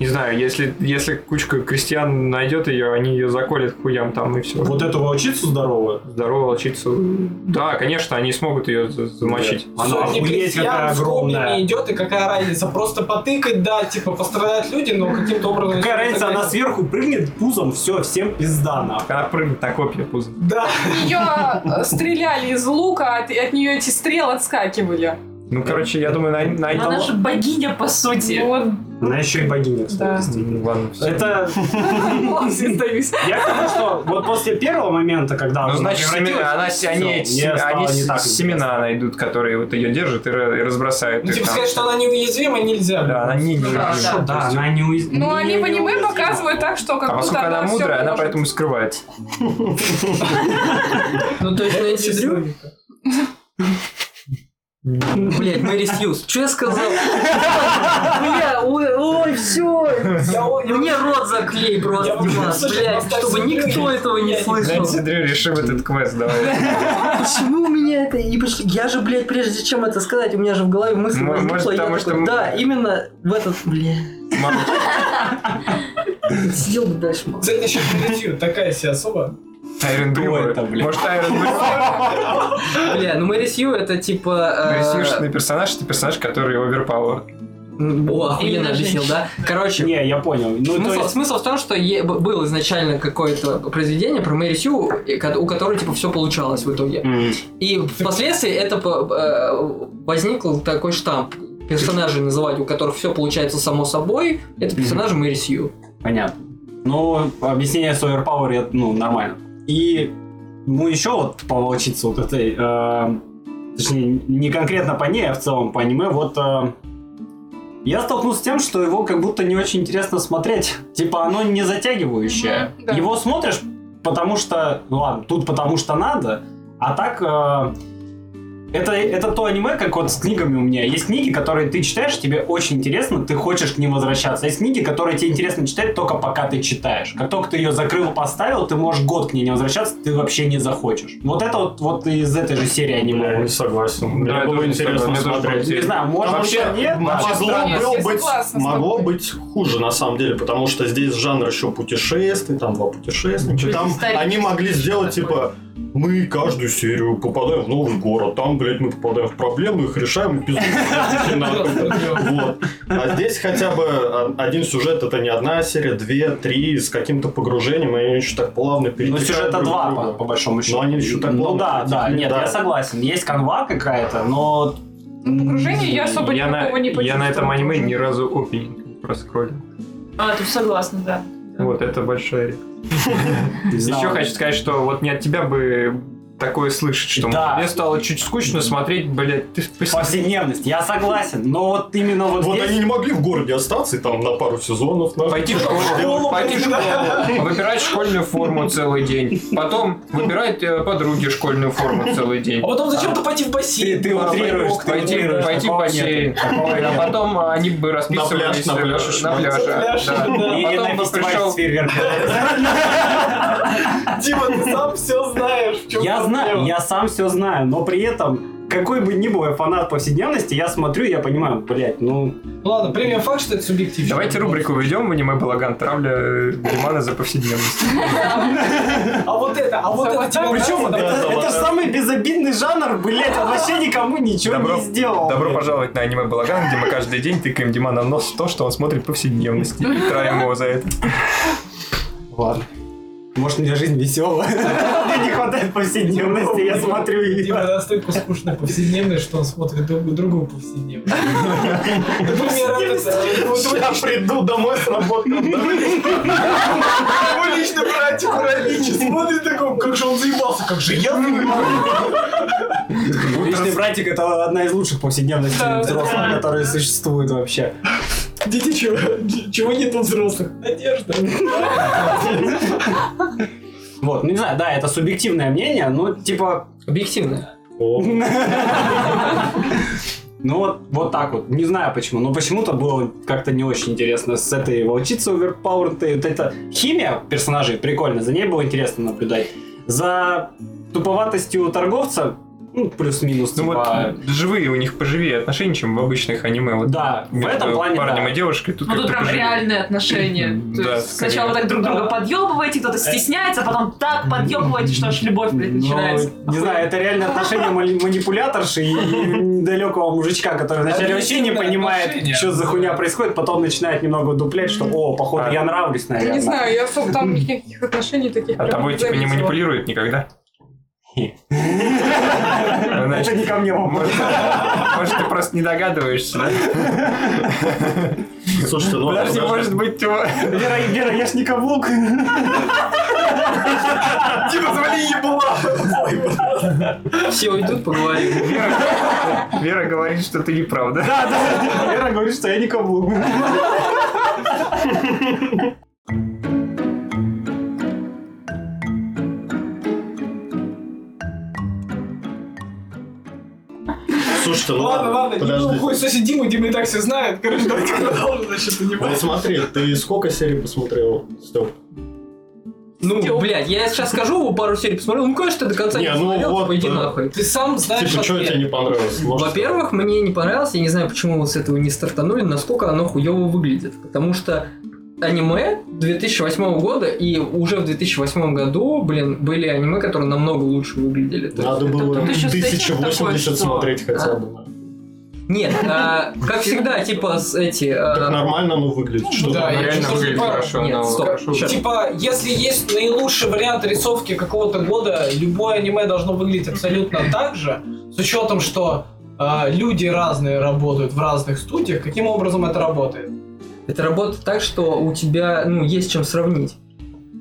Не знаю, если, если кучка крестьян найдет ее, они ее заколят к хуям там и все.
Вот эту волчицу здоровую.
Здорово, волчицу. Да, конечно, они смогут ее за- замочить.
Она
Сотни
охуеть
крестьян
какая
с копьями
огромная.
идет, и какая разница? Просто потыкать, да, типа пострадают люди, но каким-то образом...
Какая разница, она сверху прыгнет пузом, все, всем пизда нахуй.
Она прыгнет на копья пузо.
Да.
Ее э, стреляли из лука, от, от нее эти стрелы отскакивали.
Ну, короче, я думаю, на,
А
на
Но
этом-
Она же богиня, по сути.
Вот,
Она еще и богиня, кстати.
да.
М, Ладно, всё.
Это
Ладно, сдаюсь.
Я к тому, что вот после первого момента, когда
Ну,
она
значит,
превратилась,
семена, она, с- они, эти
всё, мне
сем-
стало
они
не
с-
так
семена найдут, которые вот ее держат и, ра- и разбросают.
Ну,
их
типа
там.
сказать, что она неуязвима нельзя.
Да, она не
Ну,
неуязвима.
интересно. Да, она не уяз-
Ну,
не-
они в
не
аниме
уязвима.
показывают так, что как
А
будто
поскольку она
всё
мудрая, она
может.
поэтому и скрывается.
Ну, то есть Нэнси Дрю? Блять, Мэри Сьюз. Что я сказал? Бля, ой, ой, все.
Я о- я-
Мне рот заклей
Я
просто,
уже
Димас,
слышал,
блядь,
поставь
чтобы
себе
никто
крылья.
этого не
Я не
слышал.
Нэнси Дрю решим этот квест, давай.
Почему у меня это не пошло? Я же, блядь, прежде чем это сказать, у меня же в голове мысль
Мо- может,
возникла, и я
потому что
такой,
мы-
да, именно в этот, блядь,
Мам,
сидел бы дальше. мол.
Кстати, насчет Меритью, такая себе особа.
Айрон Дрю.
Кто это, блин?
Может, Айрон Дрю?
Бля, ну Мэри Сью это типа... э,
Ресюшный персонаж, это персонаж, который оверпауэр.
м, О, охуенно объяснил, да? Короче,
Не, я понял. Ну, то
смысл,
есть,
смысл в том, что е- б- было изначально какое-то произведение про Мэри Сью, и ко- у которой типа все получалось в итоге.
м,
И впоследствии это по- э, возникл такой штамп. Персонажей называть, у которых все получается само собой, это персонажи Мэри Сью.
понятно. Ну, объяснение с Overpower, я- ну, нормально. И, ну, еще вот по волчице вот этой, э, точнее, не конкретно по ней, а в целом по аниме, вот э, я столкнулся с тем, что его как будто не очень интересно смотреть. Типа оно не затягивающее.
Мгм, да.
Его смотришь, потому что, ну ладно, тут потому что надо, а так... э, это, это то аниме, как вот с книгами у меня. Есть книги, которые ты читаешь, тебе очень интересно, ты хочешь к ним возвращаться. Есть книги, которые тебе интересно читать только пока ты читаешь. Как только ты ее закрыл, поставил, ты можешь год к ней не возвращаться, ты вообще не захочешь. Вот это вот, вот из этой же серии
Я
аниме.
не согласен. Мне
Да, я
было
тоже не
интересно
согласен. Мне тоже было
смотреть.
Не знаю, может
Потому
вообще
что
нет.
м-
да.
могло,
странно. Я
было быть,
согласна с
могло
тобой.
быть хуже, на самом деле, потому что здесь жанр еще путешествий, там два путешественника.
Плюс
Там
исторический
они могли сделать,
такой.
типа, мы каждую серию попадаем в новый город, там, блядь, мы попадаем в проблемы, их решаем и пиздуем. Вот. А здесь хотя бы а, один сюжет, это не одна серия, две, три, с каким-то погружением, и они еще так плавно
Ну,
перетекают
сюжета
друг в
два,
друга.
по, по большому счету.
Но они еще так
Ну
плавно
да, да,
перетекли,
нет, я согласен. Есть канва какая-то, но...
Ну, погружение я особо
я на,
никакого не
я
почувствовала.
на этом аниме ни разу опенинг проскролил.
А, тут согласна, да.
Вот, это большая редкость.
не знаю.
Еще хочу сказать, что вот не от тебя бы такое слышать, что
Да.
мне стало чуть скучно смотреть, блядь, ты пос-
Повседневность, я согласен, но вот именно вот,
Вот
здесь...
они не могли в городе остаться и там на пару сезонов. нахуй.
Пойти в школу, пойти в школу, выбирать школьную форму целый день, потом выбирать э, подруге школьную форму целый день.
А потом зачем-то пойти в бассейн. А,
ты утрируешь, ты
Пойти,
утрируешь,
пойти в
такого
бассейн,
нет, такого
а
нет.
потом э, они бы расписывались
на
э,
пляж
на
ушли.
пляже,
На пляж,
да.
да.
Или
Потом
на
бы
фестиваль
пришел-
с фейерверками.
Дима, ты сам все знаешь. в чём
Я знаю,
проблема.
я сам все знаю, но при этом, какой бы ни был я фанат повседневности, я смотрю, я понимаю, блядь, ну...
Ну Ладно, премия факт, что это субъективно.
Давайте рубрику введем в аниме балаган травля э, Димана за повседневность.
А вот это, а вот это тебе
Причем
нравится?
это, это ж самый безобидный жанр, блядь, он вообще никому ничего
Добро-
не сделал.
Добро
блядь.
пожаловать на аниме Балаган, где мы каждый день тыкаем Димана в нос в то, что он смотрит повседневности и травим его за это.
Ладно. Может, у меня жизнь веселая. Мне не хватает повседневности, я смотрю
Дима
ее.
настолько скучно повседневный, что он смотрит друг- другую повседневность. Например, этот, э,
Я приду домой с работы. Его лично братик Ураничи смотрит такой, как же он заебался, как же я заебался.
Личный братик это одна из лучших повседневностей
Да.
взрослых, которые существуют вообще.
Дети, чего, чего нет у взрослых? Одежда.
Вот, ну не знаю, да, это субъективное мнение, но типа
Объективно.
Ну вот, вот так вот. Не знаю почему, но почему-то было как-то не очень интересно с этой волчицей оверпауэртой. Вот эта химия персонажей прикольно, за ней было интересно наблюдать. За туповатостью торговца, ну, плюс-минус,
Ну
типа,
вот живые у них поживее отношения, чем в обычных аниме. Вот
Да, в
между
этом плане,
парнем
да.
и девушкой тут
Ну
как-то
тут прям
поживее.
реальные отношения. То
Да,
есть
скорее.
сначала вы так друг друга подъебываете, кто-то стесняется, а потом так подъебываете, что аж любовь, блядь,
Ну,
начинается.
не знаю, это реально отношение мали- манипуляторши и, и недалекого мужичка, который вначале вообще не
Объективное
понимает,
отношение.
что за хуйня происходит, потом начинает немного дуплять, что «О, походу, я нравлюсь,
Да
наверное».
не знаю, я особо там никаких отношений таких
А
прям
тобой типа не
заметила.
манипулирует никогда?
Это не ко мне вопрос.
Может, может, ты просто не догадываешься, да?
Слушайте, ну
Подожди,
подожди.
может быть, его...
Вера, Вера, я ж не каблук.
Типа, звали ебала.
Все уйдут, поговорим.
Вера, Вера говорит, что ты неправда.
Да, да. Вера говорит, что я не каблук.
Слушайте, ну
Ладно, ладно, Дима
подожди.
уходит. Слушай, Дима, Дима и так все знает. Короче, давайте продолжим, значит,
Вот
понимаешь.
Ну, смотри, ты сколько серий посмотрел, Степ?
Ну, блядь, я сейчас скажу, пару серий посмотрел. Ну, конечно, ты до конца
Не,
не,
ну
смотрел,
вот,
типа, иди
э,
нахуй.
Ты сам знаешь
Типа, что
ответ.
тебе не понравилось? Может,
Во-первых, мне не понравилось, я не знаю, почему вот с этого не стартанули, насколько оно хуево выглядит. Потому что аниме 2008 года, и уже в 2008 году, блин, были аниме, которые намного лучше выглядели. То есть
Надо
это-
было
тут еще с этим
1080
такое, что-
смотреть хотя
А.
бы.
Нет, а, как всегда, типа, с эти... ну а,
Так нормально оно выглядит. Что
да,
там?
я
Реально
чувствую,
выглядит
типа,
хорошо.
Нет,
но-
стоп, щас.
Типа, если есть наилучший вариант рисовки какого-то года, любое аниме должно выглядеть абсолютно так же, с учетом, что э, люди разные работают в разных студиях, каким образом это работает?
Это работает так, что у тебя, ну, есть чем сравнить.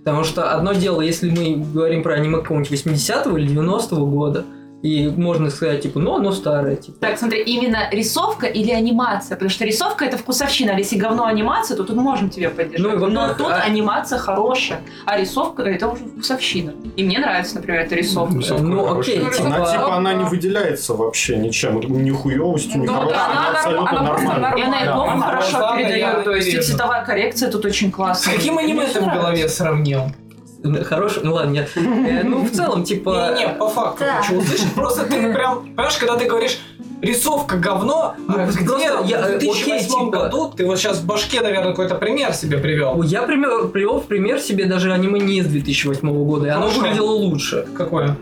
Потому что одно дело, если мы говорим про аниме какого-нибудь 80-го или 90-го года, и можно сказать, типа, ну оно старое, типа.
Так, смотри, именно рисовка или анимация? Потому что рисовка это вкусовщина. А если говно анимация, то тут можем тебе поддержать.
Ну, и вот
Но
так,
тут
а-
анимация хорошая, а рисовка это уже вкусовщина. И мне нравится, например, эта рисовка.
Рисовка
ну
хорошая.
окей,
Ну,
типа,
Она типа она не выделяется вообще ничем, ни хуёвостью, ни
Ну да,
хорошей,
она
она
норм-
абсолютно
она просто
нормальная.
И она
Да,
эпоху
она
хорошо
глазами
передает.
ярко
То есть и
видно.
цветовая коррекция тут очень
С
классная.
каким аниме
Мне
ты в
нравится.
голове сравнил?
ну, хорош, ну ладно, нет. Э, Ну, в целом, типа...
Не, не, по факту
Да.
хочу услышать. Просто ты прям, понимаешь, когда ты говоришь рисовка говно, а
Ну,
где
просто я,
в
э,
2008
окей, типа-
году, ты вот сейчас в башке, наверное, какой-то пример себе привел.
Я пример, привел в пример себе даже аниме не из 2008 года, и оно
Хорошо.
выглядело лучше,
Какое?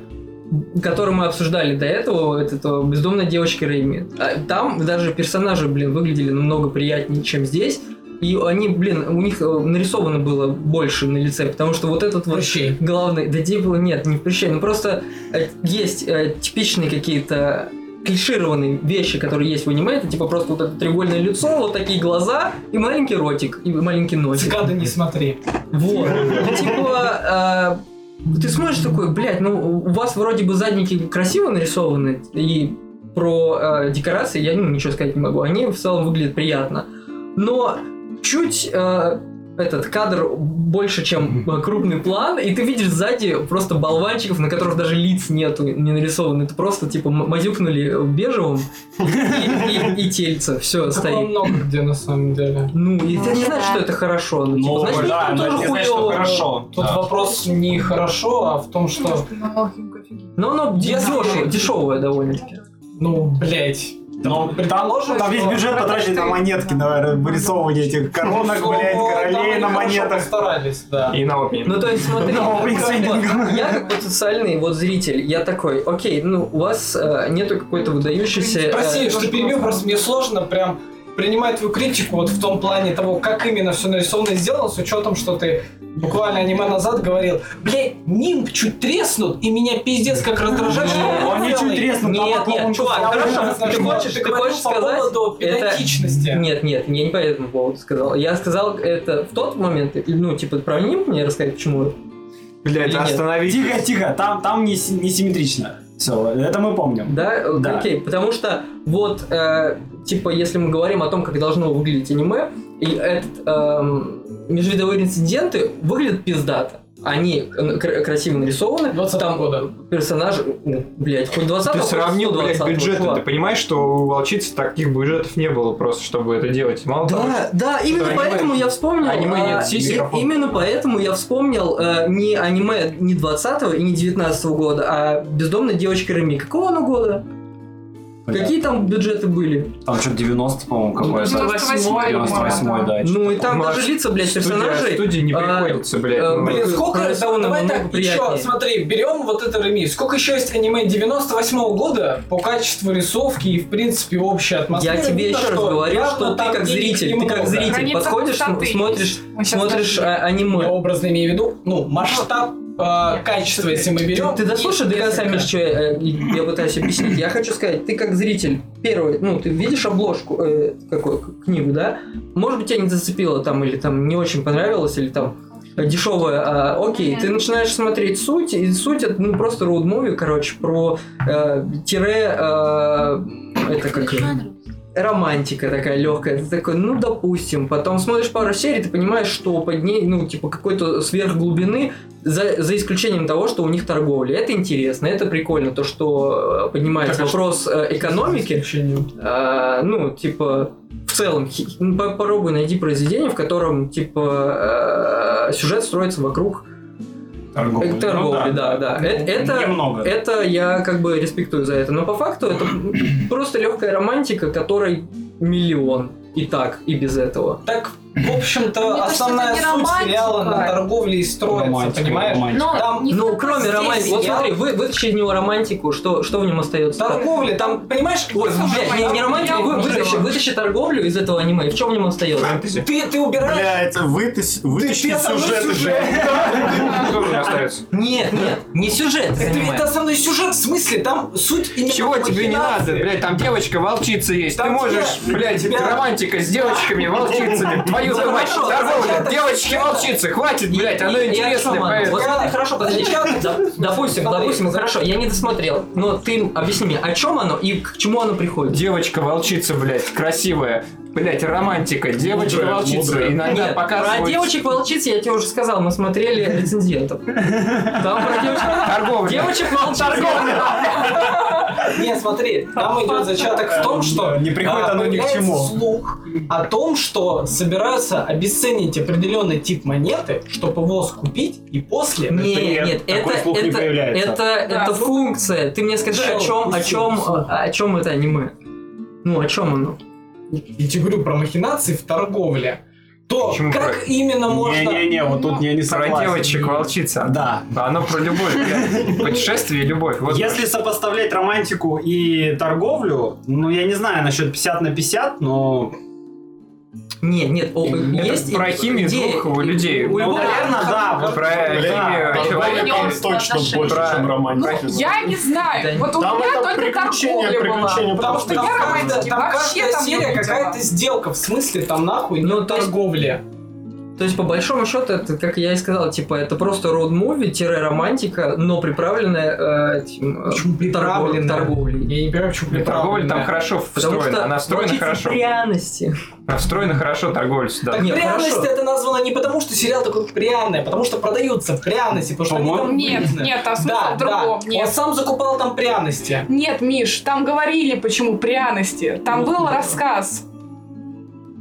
которое мы обсуждали до этого, это то бездомная девочка Рэйми. А Там даже персонажи, блин, выглядели намного приятнее, чем здесь. И они, блин, у них э, нарисовано было больше на лице, потому что вот этот вот
Прыщей.
главный, да типа нет, не прыщей, ну просто э, есть э, типичные какие-то клишированные вещи, которые есть в аниме, это типа просто вот это треугольное лицо, вот такие глаза и маленький ротик, и маленький носик.
Цикады не смотри.
Вот. И Типа, э, ты смотришь такой, блядь, ну у вас вроде бы задники красиво нарисованы, и про э, декорации я ну, ничего сказать не могу. Они в целом выглядят приятно. Но чуть э, этот кадр больше, чем э, крупный план, и ты видишь сзади просто болванчиков, на которых даже лиц нету, не нарисованы. Это просто типа м- мазюкнули бежевым и, и- и тельце. Все,
Такого
стоит.
много где на самом деле.
Ну, и это не
Ну,
значит,
да.
что это хорошо. Ну, типа,
Ну,
значит,
да,
там
но это
тоже
не значит, что
хуёво.
хорошо.
Тут
Да.
вопрос не хорошо, а в том, что... Ну,
Может, на Алхимку офигенно.
Но оно
Я
дешево,
знаю.
дешевое довольно-таки.
Ну, блять.
Но
Ну, предположим,
там весь
что-
бюджет потрачен на монетки, на вырисовывание этих коронок, блядь,
Слово, там
королей на
они Ну, хорошо
монетах.
Постарались, да.
И на опене.
Ну, то есть, смотри,
Но
типа,
при сейдингах.
я как потенциальный вот зритель, я такой, окей, ну, у вас э, нету какой-то выдающейся... э,
Прости, что перебью, просто мне сложно прям принимать твою критику вот в том плане того, как именно все нарисовано и сделано, с учетом, что ты буквально аниме назад говорил, блядь, нимб чуть треснут, и меня пиздец как раздражает, что
Он не Ну, чуть треснут, там
Нет,
по-моему,
нет, чувак,
кусок.
хорошо, ты хочешь, ты
говорил
хочешь
по
сказать,
поводу
это-
педантичности.
Нет, нет, я не по этому поводу сказал. Я сказал это в тот момент, и, ну, типа, про ним мне рассказать, почему.
Блядь,
Или нет?
остановить.
Тихо, тихо, там, там не, си- не симметрично. Все, это мы помним.
Да? Э,
Да.
Окей, потому что вот, э, типа, если мы говорим о том, как должно выглядеть аниме, и этот, эм, межвидовые инциденты выглядят пиздато. Они э, кра- красиво нарисованы.
20
там
года.
персонаж, ну, блядь, хоть 20
Ты сравнил, блядь, бюджеты. Ты понимаешь, что у волчицы таких бюджетов не было просто, чтобы это делать. Мало того,
Да, да, именно
аниме-
поэтому я вспомнил.
аниме
а,
нет сиси,
и-
микрофон.
Именно поэтому я вспомнил э, не аниме не 20 и не 19 года, а бездомная девочка Реми. Какого оно года? Какие там бюджеты были?
Там что-то 90, по-моему, какое-то.
98-й,
98 да.
Ну и там
Ну, а
даже лица, блядь, персонажей.
студия, студии не
а,
приходится, блядь.
а,
ну,
э, Блин,
Ну,
сколько
красиво
да, давай
намного
так,
приятнее.
еще, смотри, берем вот это реми. Сколько еще есть аниме 98 года по качеству рисовки и, в принципе, общей атмосферы?
Я тебе
видно,
еще раз говорю,
явно
что ты
там
как
денег
зритель, ты
немного.
как зритель
Граница
подходишь, см-
пустоты.
смотришь,
Мы щас
смотришь
дошли.
а,
Я
аниме.
образно имею в виду, ну, масштаб э, качества, если мы
Ты,
берем.
ты дослушай до конца, Миш, что я, э, я пытаюсь объяснить. Я хочу сказать, ты как зритель, первый, ну, ты видишь обложку, э, какую к- книгу, да? Может быть, тебя не зацепило там, или там не очень понравилось, или там э, дешевое, а, окей, ты начинаешь смотреть суть, и суть это ну, просто роуд-муви, короче, про э, тире, э, это как её? романтика такая легкая. Ты такой, ну, допустим. Потом смотришь пару серий, ты понимаешь, что под ней, ну, типа, какой-то сверхглубины, за, за исключением того, что у них торговля. Это интересно, это прикольно, то, что э, поднимается
Так, а
вопрос э, экономики. А, ну, типа, в целом, хи- ну, по- попробуй найди произведение, в котором, типа, э, сюжет строится вокруг
Торговли.
э, торговли, да, да. Э- Это,
Немного.
это я как бы респектую за это. Но по факту это просто легкая романтика, которой миллион. И так, и без этого.
Так, в
Мне
общем-то,
кажется,
основная
это не
суть
романтика.
сериала на торговле и строится,
Романтика,
понимаешь?
романтика.
Но
Там-
не
ну,
только
кроме
здесь
романтики. Вот
я-
смотри, вы, вытащи из него романтику, что, что в нем остается?
Торговля, там, понимаешь,
Ой, блядь, не, не романтику, вы- вытащи, вытащи торговлю из этого аниме. И в чем в нем остается?
фэнтези.
ты, ты убираешь
Блядь, вытащи вытащи
ты со мной
сюжет из этого.
Тоже не остается.
Нет, нет, не сюжет. из
Это,
аниме.
это основной сюжет, в смысле, там суть именно...
Чего тебе не надо,
махинации.
блядь, там девочка волчица есть.
Там
Ты можешь,
тебя-
блядь,
тебя-
романтика с девочками волчицами. Твоя
твою мать!
Хорошо,
Здорово,
зачем-
девочки волчицы, хватит, блядь, оно
и о
интересное,
чем она?
поэтому.
Вот
Сказали, хорошо, подозреваю.
Допустим, допустим, хорошо, я не досмотрел, но ты объясни мне, о чем оно и к чему оно приходит?
Девочка волчица, блядь, красивая, блядь, романтика, девочка
Мудрая,
волчица,
мудрая.
и на ней
Нет,
показывают...
про девочек-волчиц я тебе уже сказал, мы смотрели рецензентов. Там про девочек...
Торговля.
Девочек-волчиц...
Не, смотри, там идет зачаток в том, что
Не приходит
а,
оно ни к
появляется
чему.
слух о том, что собираются обесценить определенный тип монеты, чтобы его скупить и после...
Нет,
Например,
нет, это,
такой слух не
это,
появляется.
это,
Да,
это
слух.
функция. Ты мне скажи,
Всё,
о чем, о
пусть
чем,
слух.
о чем это аниме? Ну, о чем оно?
Я тебе говорю про махинации в торговле. То,
Почему
как именно можно...
Не-не-не, вот тут я не
Про
согласен.
девочек волчица.
Да.
Оно про любовь, блядь. Путешествие и любовь. Вот
Если сопоставлять романтику и торговлю, ну, я не знаю насчет 50 на 50, но...
Нет, нет, о,
Это
есть
про
и-
химию
идея.
двух людей.
У
Ну,
любого-
наверное, да. вот
Про
Бля,
химию
торговля
человека.
там
Партнерство,
точно
отношения.
больше,
Про-
чем
Ну,
романтика.
я не знаю.
Да.
Вот у
Там
меня
это
только
приключения,
торговля была.
приключения.
Потому что
я
там
романтики
каждая- там
вообще
каждая
там не
серия
видела.
какая-то сделка, в смысле там нахуй
Ну,
ну,
то есть-
торговли.
То есть, по большому счету, это, как я и сказал, типа, это просто роуд-муви-романтика, но приправленная э, этим, э,
Почему
торговлей.
приправленная?
торговлей.
Я не понимаю, почему
И Торговля там
приправленная.
хорошо
Потому
встроена. Она
что
встроена
волчицы
хорошо.
пряности.
Она встроена хорошо торговлю сюда.
Так
Не,
пряность
хорошо.
это названо не потому, что сериал такой пряный, а потому что продаются пряности, потому что они
По-моему,
там
Нет,
вырезаны.
нет, там смысл
Да,
в
да.
другом.
Он
Нет.
сам закупал там пряности.
Нет, Миш, там говорили, почему пряности. Там
Ну,
был
да.
рассказ.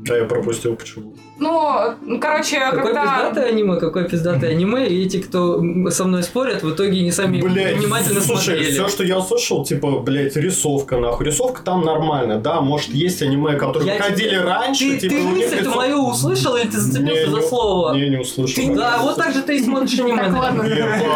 Да, я пропустил, почему.
Ну, ну, короче,
Какое
когда...
пиздатое аниме, какое пиздатое аниме, и те, кто м, со мной спорят, в итоге не сами
Блять,
внимательно
слушай,
смотрели.
все, что я услышал, типа, блять, рисовка, нахуй. Рисовка там нормальная, да, может, есть аниме, которые
Я
выходили
тебе-
раньше,
Ты,
типа,
ты
у них
мысль-то
рисовка-
мою услышал или ты зацепился
Не,
за
не-
слово?
Не, не услышал.
Да, вот так же ты и смотришь аниме.
Так, ладно.
Я тебе-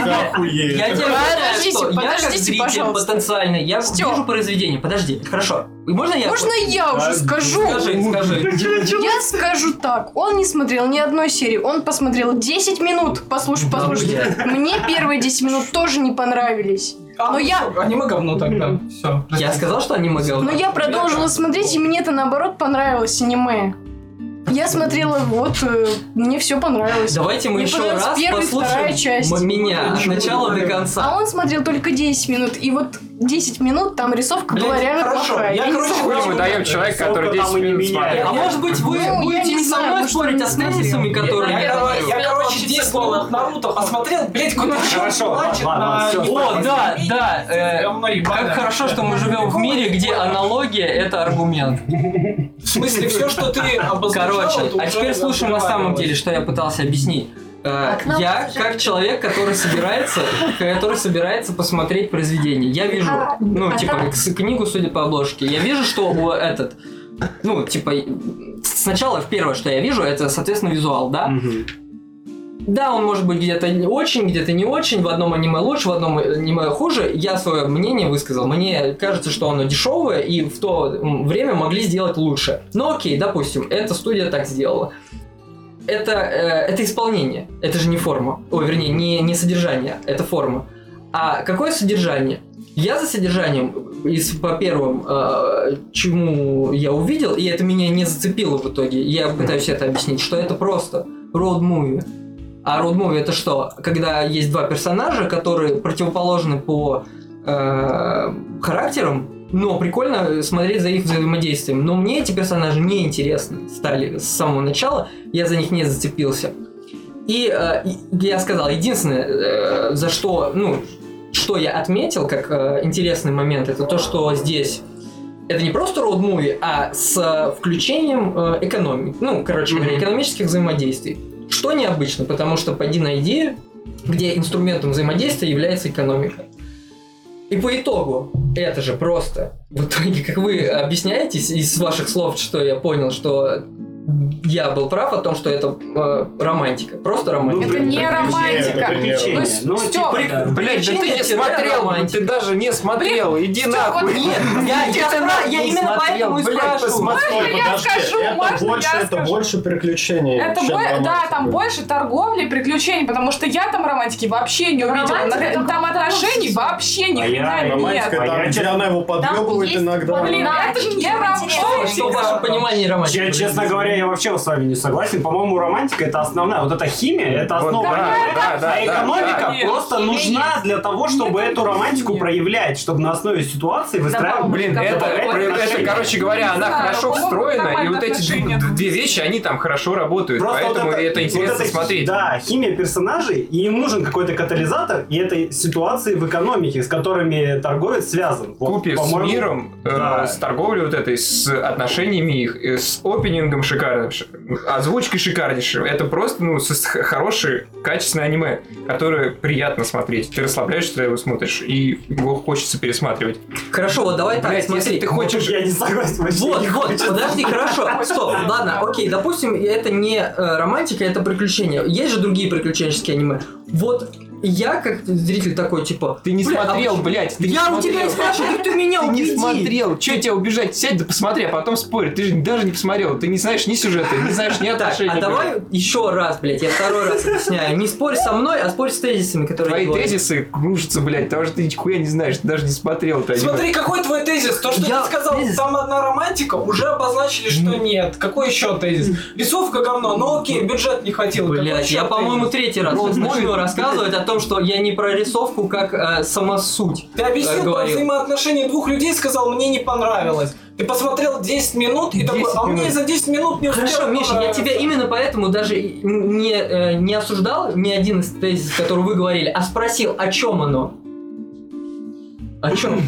Ебать, охуеть.
Я тебе говорю,
Подождите,
что я как
подождите,
зритель
пожалуйста.
потенциальный, я
Стёп.
вижу произведение. Подожди, хорошо. И Можно я?
Можно я уже скажу?
Скажи, скажи.
Я скажу так. Он не смотрел ни одной серии. Он посмотрел 10 минут. Послушай,
Да,
послушайте. Мне первые 10 минут тоже не понравились.
А,
Но я-
ну, Аниме говно тогда. Все.
Я сказал, что аниме говно.
Но я продолжила смотреть, и мне это наоборот понравилось аниме. Я смотрела, вот, э, мне все понравилось.
Давайте мы
Мне
еще
понравилась
раз
первая и вторая часть.
послушаем м- меня от
Ничего не
начала до
говорю.
конца.
А он смотрел только 10 минут, и вот 10 минут там рисовка
Блядь,
была реально
хорошо,
плохая.
я,
не
короче,
знаю.
Хуй мы даем человека, который 10 минут смотрел.
А может быть вы
Ну, я
будете
не
не со
знаю,
мной
может,
спорить, а с
посмотрим.
тезисами,
Я,
которые...
короче, я,
я
короче,
вообще
10
плохо.
минут Наруто посмотрел, блядь, куда
Хорошо,
плачет
ладно,
на-
ладно, всё,
О, да, да. э,
Говно ебаное.
Как хорошо, что мы живем в мире, где аналогия — это аргумент.
В смысле, все, что ты обозначал,
Короче,
это
а
уже
теперь слушаем на самом деле, что я пытался объяснить. Э,
А к нам
Я как человек, который собирается, который собирается посмотреть произведение. Я вижу, ну, типа, с- книгу, судя по обложке, я вижу, что у этот, ну, типа, сначала первое, что я вижу, это, соответственно, визуал, да?
Мгм.
Да, он может быть где-то очень, где-то не очень, в одном аниме лучше, в одном аниме хуже. Я свое мнение высказал. Мне кажется, что оно дешевое, и в то м, время могли сделать лучше. Но окей, допустим, эта студия так сделала. Это, э, это исполнение, это же не форма. О, вернее, не, не содержание, это форма. А какое содержание? Я за содержанием, из, по первым, э, чему я увидел, и это меня не зацепило в итоге, я пытаюсь это объяснить, что это просто роуд-муви. А роуд-муви это что? Когда есть два персонажа, которые противоположны по э, характерам, но прикольно смотреть за их взаимодействием. Но мне эти персонажи не интересны стали с самого начала, я за них не зацепился. И э, и- я сказал, единственное, э, за что, ну, что я отметил как э, интересный момент, это то, что здесь это не просто роуд муви, а с э, включением э, экономики, ну, короче говоря,
Мгм.
экономических взаимодействий. Что необычно, потому что пойди найди, где инструментом взаимодействия является экономика. И по итогу, это же просто. В итоге, как вы объясняетесь из ваших слов, что я понял, что я был прав о том, что это э, романтика. Просто романтика.
Это не романтика.
Приключения.
Стёп,
Ну, типа,
Стёп,
да.
Блять, да ты
Приключения
не
теряют
смотрел,
романтику.
ты даже не смотрел, иди нахуй.
Нет, я, я спра- я именно поэтому и
Блять,
спрашиваю.
посмотри.
я скажу?
это
Можно
больше,
я
это
скажу?
больше приключений.
Это
чем
бо- да,
романтика.
там больше торговли и приключений, потому что я там романтики вообще не увидела.
Ну, Романтика
Там,
такого
отношений
курса.
вообще ни
А я
хрена
Романтика,
нет.
А
там,
я
где
чё-
она его подъебывает
есть
иногда.
Блин,
Да,
это
это
не
ничего
ром- что
интересного.
вы
Что в вашем понимании романтики?
Че- Честно говоря, я вообще с вами не согласен. По-моему, романтика это основная. Вот эта химия это основа.
да,
романтики.
да, да,
а
да,
экономика
да.
Нет,
просто
химия
нужна для того, чтобы эту романтику проявлять, чтобы на основе ситуации выстраивать.
Блин,
Как
это,
бы,
это,
вот,
отношения.
короче говоря,
Не
она
знаю,
хорошо
по-моему,
встроена, и
нормальные
вот эти
отношения.
д- две вещи, они там хорошо работают,
Просто
поэтому
вот
это,
вот
интересно
эта хи-
смотреть.
Да, химия персонажей, и им нужен какой-то катализатор, и этой ситуации в экономике, с которыми торговец связан. Вот,
Купи с
по-моему,
миром, э,
да.
с торговлей вот этой, с отношениями их, э, с опенингом шикарным, ш- озвучкой шикарнейшим. Это просто, ну, с- с х- хорошее, качественное аниме, которое приятно смотреть. Ты расслабляешься, когда его смотришь, и его хочется пересматривать.
Хорошо, вот давай так,
Блядь, если
смотри.
ты хочешь...
Я не согласен. вообще
Вот,
не
вот,
хочется.
подожди, хорошо, стоп, ладно, окей, допустим, это не э, романтика, это приключение. Есть же другие приключенческие аниме. Вот я, как зритель такой, типа...
Ты не
«Бля, а
смотрел,
почему-
блядь. Ты
Я
не
у тебя и
смотрел.
спрашиваю, ты, ты меня
Ты не
убеди.
смотрел. Че тебя убежать? Сядь да посмотри, а потом спорь. Ты же даже не посмотрел. Ты не знаешь ни сюжета, не знаешь ни
Так,
отношений.
а
блядь.
давай еще раз, блядь, я второй раз объясняю. Не спорь со мной, а спорь с тезисами, которые
Твои
я говорю.
тезисы кружатся, блядь, потому что ты нихуя не знаешь, ты даже не смотрел это аниме.
Смотри, какой твой тезис? То, что
Я-
ты сказал,
тезис-
там одна романтика, уже обозначили, что нет. Какой еще тезис? Рисовка говно, ну окей, бюджет не хватило. Какой
Блять,
еще
я,
тезис?
по-моему, третий раз
Ну,
вот
может,
начну
блядь.
рассказывать о том, что я не про рисовку, как э, сама суть.
Ты объяснил про
говорил.
взаимоотношения двух людей, сказал, мне не понравилось. Ты посмотрел 10 минут и такой,
10
а мне
минут.
за 10 минут не успел.
Хорошо, Миша, я
понравиться».
тебя именно поэтому даже и не, э, не осуждал ни один из тезисов, который вы говорили, а спросил, о чем оно? О чем?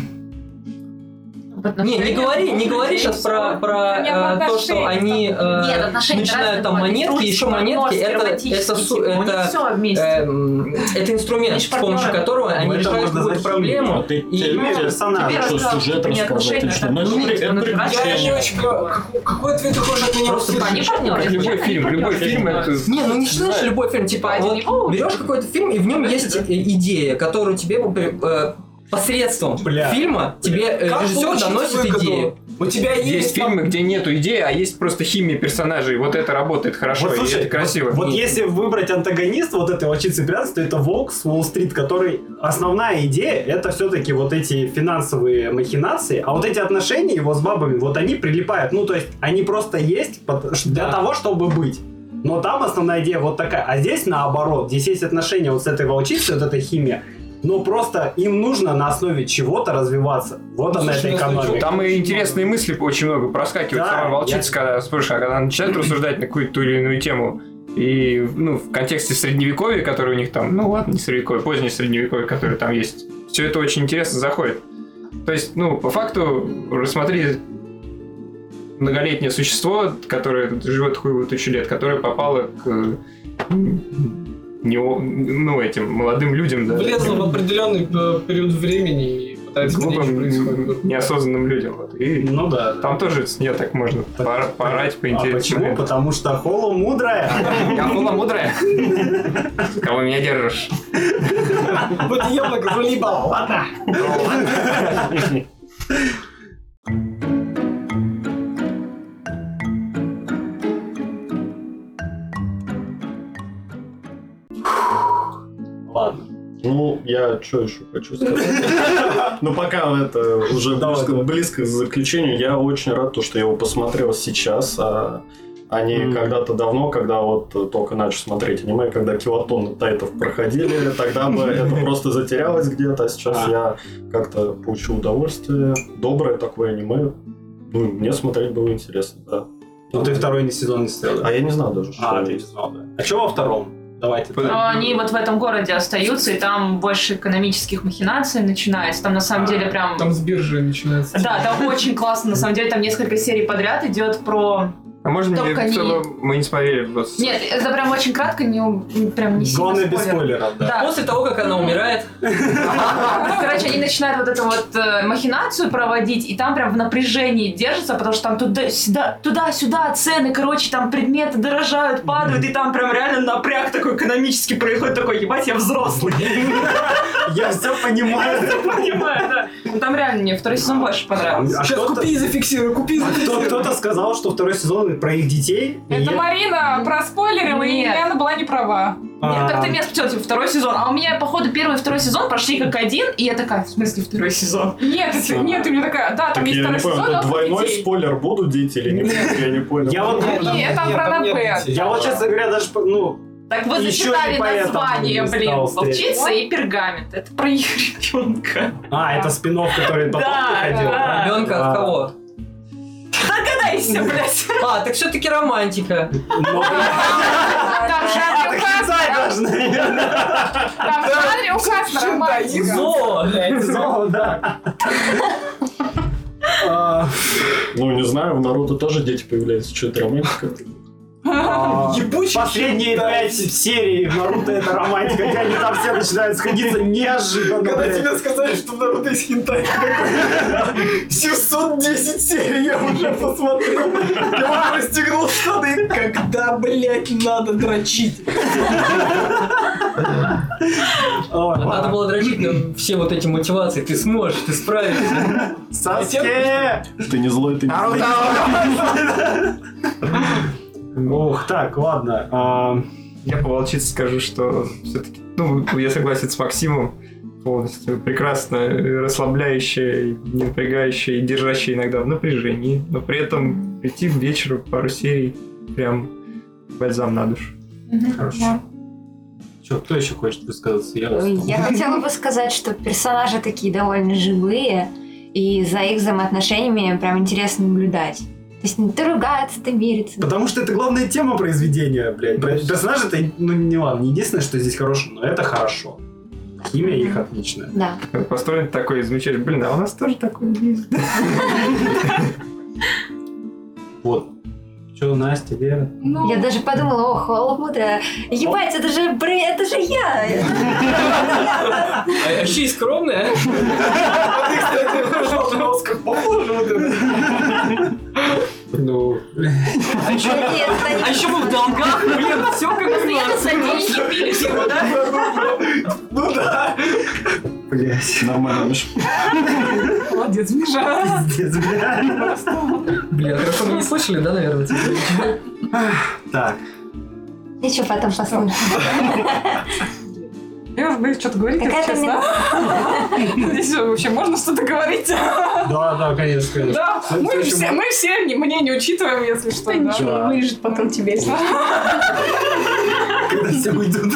Не, не говори, не а говори сейчас про, про
Не об
э, то, что
отношениях,
они э,
Нет, отношения
начинают
разные
там
бывают.
монетки, еще монетки,
Партнерские,
это, это,
романтические,
су-
типа, у них
это
всё вместе.
Эм, это инструмент,
Лишь
с помощью
партнеры.
которого они
это
решают
можно
какую-то
за
проблему.
Вот эти
И-
люди,
персонажи.
ты что,
Тебе
сюжет
рассказал,
рассказать или
что
что?
у меня
Ну, это
отношения,
при-
так,
это
ну,
приключение.
Я не очень... понимаю, как- Какой ответ ты хочешь от меня
Просто
услышать?
Они партнеры.
Как любой фильм, любой
Партнеры.
фильм это...
Не, ну не считаешь
знаю.
любой фильм, типа,
Один
вот
не получишь.
берешь какой-то фильм, и в нем есть э, идея, которую тебе э, посредством
Бля.
фильма тебе э,
Как
режиссер
получить
доносит
выгоду?
идею.
У тебя есть,
Есть
там-
фильмы, где нету идеи, а есть просто химия персонажей. Вот это работает хорошо,
Вот слушай,
и это красиво.
Вот если выбрать антагонист вот этой волчицы пиратства, то это Волк с Уолл-стрит, который... Основная идея — это все-таки вот эти финансовые махинации, а вот эти отношения его с бабами, вот они прилипают. Ну, то есть они просто есть под- ш- для того, чтобы быть. Но там основная идея вот такая. А здесь наоборот. Здесь есть отношения вот с этой волчицей, вот эта химия. Но просто им нужно на основе чего-то развиваться. Вот
Ну,
она,
слушай,
эта
я слышу,
экономика.
Там и интересные мысли очень много проскакивают.
Да,
Сама волчица,
я-
когда спрашиваешь, а когда она начинает рассуждать на какую-то ту или иную тему, и ну, в контексте средневековья, который у них там, ну ладно, не средневековье, позднее средневековье, которое там есть, все это очень интересно заходит. То есть, ну, по факту, рассмотри многолетнее существо, которое живет хуево тысячу лет, которое попало к э, нео- ну, этим молодым людям, да,
влезла
таким
в определенный э, период времени и пытается понять, что
глупым,
происходит.
неосознанным людям. Вот. И
Ну да. да.
там тоже с нее так можно пора- порать,
а
поинтереснее.
почему? Потому что Холла мудрая.
Я хула мудрая. Кого меня держишь?
Вот я бы говорю, либо ладно.
Ладно.
Ну, я что еще хочу сказать? Ну, пока это уже
Давай,
близко,
давай.
близко к заключению, я очень рад, то, что я его посмотрел сейчас, а, а не
Мгм.
когда-то давно, когда вот э, только начал смотреть аниме, когда килотонны тайтов проходили, тогда бы это просто затерялось где-то, а сейчас
А.
я как-то получил удовольствие. Доброе такое аниме. Ну, мне смотреть было интересно, да.
Ну ты второй не сезон не
А
смотрел.
я не знал даже, что...
А, ты не знал, да. А что во втором? Давайте.
Под-
Но А, они вот в этом городе остаются, и там больше экономических махинаций начинается. Там на
А,
самом деле прям...
Там с биржи начинается.
Да, там очень классно, на самом деле, там несколько серий подряд идет про...
А можно
Только
мне
не-
чтобы мы не смотрели просто?
Нет, это прям очень кратко, не, у- прям не сильно
Главное без
спойлер.
спойлеров, да.
Да,
После того, как она умирает,
Ну, Короче, они начинают вот эту вот э, махинацию проводить, и там прям в напряжении держатся, потому что там туда-сюда, туда-сюда цены, короче, там предметы дорожают, падают, и там прям реально напряг такой экономический происходит, такой, ебать, я взрослый.
Я все
Я
понимаю.
всё понимаю, да. Ну, Там реально мне второй сезон больше понравился.
А
Сейчас
кто-то-
купи и зафиксируй, купи и
а кто-
зафиксируй.
Кто-то сказал, что второй сезон фильмы про их детей. и
Это
я-
Марина проспойлерила, и
Нет.
она была не права.
А,
Нет, как ты меня спросила, типа, второй сезон. А у меня, походу, первый и второй сезон прошли как один, и я такая, в смысле, второй сезон?
Нет, это- нет, ты мне такая, да, там
Так
есть
я не
второй
понял,
сезон,
это
а про
двойной
детей.
спойлер, будут дети или не будут, я не понял.
Я вот-
Нет, там-
Нет, там
нет,
про
там нет
НП.
детей.
Я вот, честно говоря, даже, ну,
Так вы
Еще
зачитали
и поэтому
название,
не
блин,
стал
волчица
встречаться.
и пергамент. Это про их ребенка.
а, это спинов, который потом
Да,
выходил.
да.
Ребенка
Да. А,
от кого?
Догадайся, блядь.
А, так все-таки романтика.
Но- А,
Там же
Так писать должны.
Там в жанре указ на романтику.
Зо!
Зо, да. А,
Ну, не знаю, в Наруто тоже дети появляются, что это романтика.
а,
Ебучий
Последние
щит, да.
пять серий в Наруто это романтика, где они там все начинают сходиться неожиданно.
Когда
блядь.
тебе сказали, что в Наруто есть хентай, ты такой, 710 серий я уже посмотрел. Я уже расстегнул штаны. Когда, блядь, надо дрочить?
Ой,
Надо было дрочить на все вот эти мотивации. Ты сможешь, ты справишься.
Саске!
Ты не злой, ты не
А
злой.
Ух, так, ладно. а,
Я по волчице скажу, что все-таки, ну, я согласен с Максимом полностью. Прекрасно э, расслабляющая, не напрягающая и держащая иногда в напряжении, но при этом прийти к вечеру пару серий прям бальзам на душу.
Ну,
Хорошо. Че, кто еще хочет высказаться? Я устал.
Я хотела бы сказать, что персонажи такие довольно живые, и за их взаимоотношениями прям интересно наблюдать. То есть ну, ты ругается, ты мирится.
Потому что это главная тема произведения, блядь. Про- Персонаж это, ну, не ладно, не единственное, что здесь хорошее, но это хорошо. Химия их отличная.
Да.
Построен такой и замечаешь, блин, а у нас тоже такой есть.
Вот. Че, Настя, Вера?
Ну,
Я даже подумала, о, холоп мудрая. Ебать, это же, бры, это же я! Это я.
А Вообще и
а?
скромная.
Ну,
Нет, это не
А еще мы в долгах, блин, все как у
Света,
нас.
садись.
Ну
блядь.
Нормально, ну Миш.
молодец, Миша.
Пиздец, бля.
Бля, хорошо, мы не слышали, да, наверное? тебя?
Так,
Еще потом послушаем.
Я уже боюсь что-то говорить,
Какая-то
если честно. Здесь вообще можно что-то говорить?
да, да, конечно, конечно.
Да,
Всё- всё
мы
еще
все, мы все не- мнение учитываем, если что. да.
Да.
Ничего, вырежет потом тебе. если что.
Когда все уйдут.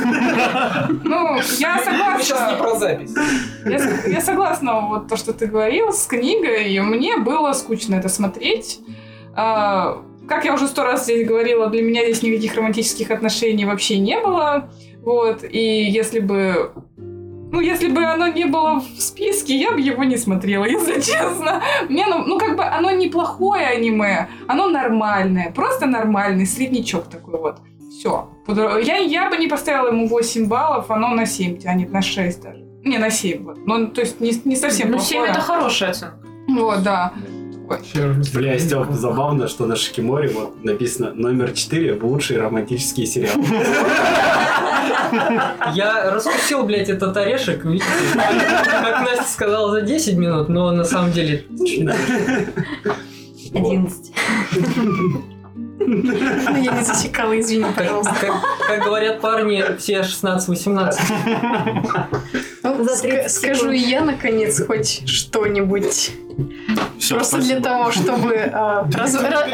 Ну, я
Мы сейчас не
согласна.
про запись.
Я, с- я согласна, вот то, что ты говорил с книгой, и мне было скучно это смотреть. А, как я уже сто раз здесь говорила, для меня здесь никаких романтических отношений вообще не было. Вот, и если бы... Ну, если бы оно не было в списке, я бы его не смотрела, если честно. Мне, ну, ну, как бы оно неплохое аниме, оно нормальное, просто нормальный, среднячок такой вот. Все. э, Я, я бы не поставила ему 8 баллов, оно на 7 тянет, на 6 даже. Не, на 7. Вот. Ну, то есть не, не совсем
Ну,
плохое.
7 это хорошая оценка.
Вот, да.
Бля, Стёп, забавно, что на Шикиморе вот написано номер 4 лучшие романтические сериалы.
Я раскусил, блядь, этот орешек, видите? Как Настя сказала, за 10 минут, но на самом деле...
Одиннадцать.
Ну, я не засекала, извини,
Как,
пожалуйста.
как- как говорят парни, все 16-18.
Ну,
За
ска-
30
Скажу
секунд.
и я, наконец, хоть что-нибудь.
Все,
Просто для того, чтобы... а, раз- ра-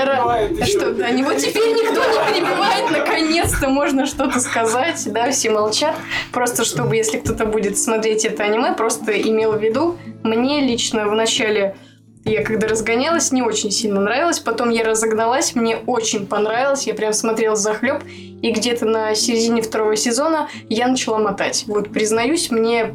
ра- Что, да, него теперь никто не перебивает, наконец-то можно что-то сказать, да, все молчат. Просто чтобы, если кто-то будет смотреть это аниме, просто имел в виду, мне лично в начале я когда разгонялась, не очень сильно нравилось. Потом я разогналась, мне очень понравилось. Я прям смотрела захлеб. И где-то на середине второго сезона я начала мотать. Вот, признаюсь, мне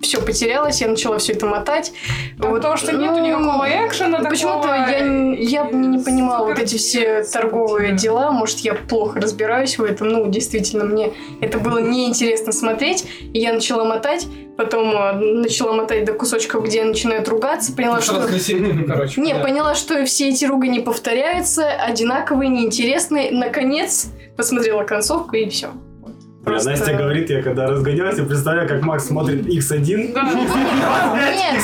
все потерялось, я начала все это мотать.
Вот то, что нету
ну,
никакого экшена такого.
Почему-то я, н- я бы не понимала вот эти все торговые дела. Может, я плохо разбираюсь в этом. Ну, действительно, мне это было неинтересно смотреть. И я начала мотать. Потом э, начала мотать до кусочков, где начинают ругаться. Поняла,
Что
что...
раз на середину, короче.
Не,
понятно.
поняла, что все эти ругани повторяются, одинаковые, неинтересные. Наконец, посмотрела концовку и все. Просто-
Настя говорит, я когда разгонялся, представляю, как Макс смотрит X1.
Нет,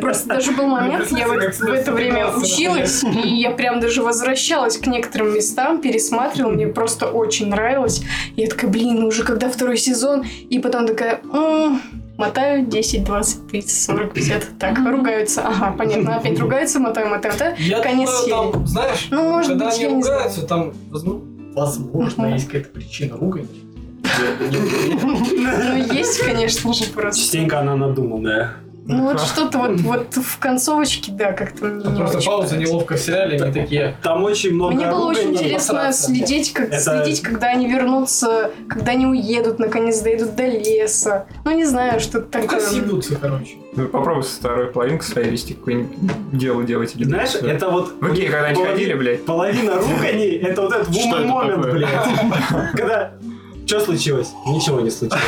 Просто даже был момент, я вот в это время училась, и я прям даже возвращалась к некоторым местам, пересматривала, мне просто очень нравилось. Я такая, блин, ну уже когда второй сезон, и потом такая, «М, мотаю 10, 20, 30, 40, 50, так, ругаются, ага, понятно, опять ругаются, мотаю, мотаю, мотаю,
Я
конец
думаю,
серии.
там, знаешь,
Ну, может
когда
быть, я
они
не знаю.
ругаются, там, возможно, возможно, есть какая-то причина ругань.
Ну, есть, конечно же, просто.
Частенько она надумала, да.
Ну, вот что-то вот, вот в концовочке, да, как-то мне не
Просто
очень.
пауза неловко в сериале, они такие...
Там очень много
Мне было очень интересно следить, как,
Это-
следить, когда они вернутся, когда они уедут, наконец доедут до леса. Ну, не знаю, что-то такое.
короче.
Эм, Ну, попробуй со второй половинкой своей вести какое-нибудь дело делать. Или
Знаешь, это вот...
В Икеи когда-нибудь
полови-
ходили, блядь?
Половина руганий, это вот этот
Что
woman
это
момент,
такое?
блядь. Когда... Что случилось? Ничего не случилось.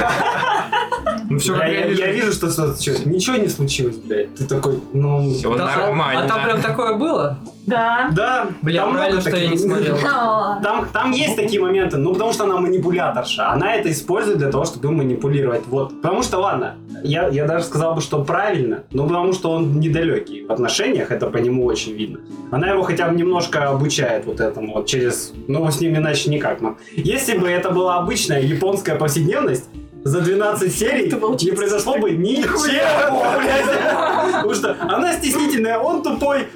Ну всё,
я,
как я
я-
вижу.
я вижу, что что-то случилось. Ничего не случилось, блядь. Ты такой, ну...
Всё нормально.
А там прям такое было?
Да.
Да.
Бля,
Там
правильно,
много
Ну, что я не
таких.
смотрел.
Там, там есть такие моменты, ну потому что она манипуляторша. Она это использует для того, чтобы им манипулировать. Вот. Потому что, ладно, я, я даже сказал бы, что правильно, но потому что он недалекий в отношениях, это по нему очень видно. Она его хотя бы немножко обучает вот этому вот через... Ну, с ним иначе никак. Но если бы это была обычная японская повседневность, за 12 серий не произошло бы ничего, блядь. Потому что она стеснительная, он тупой,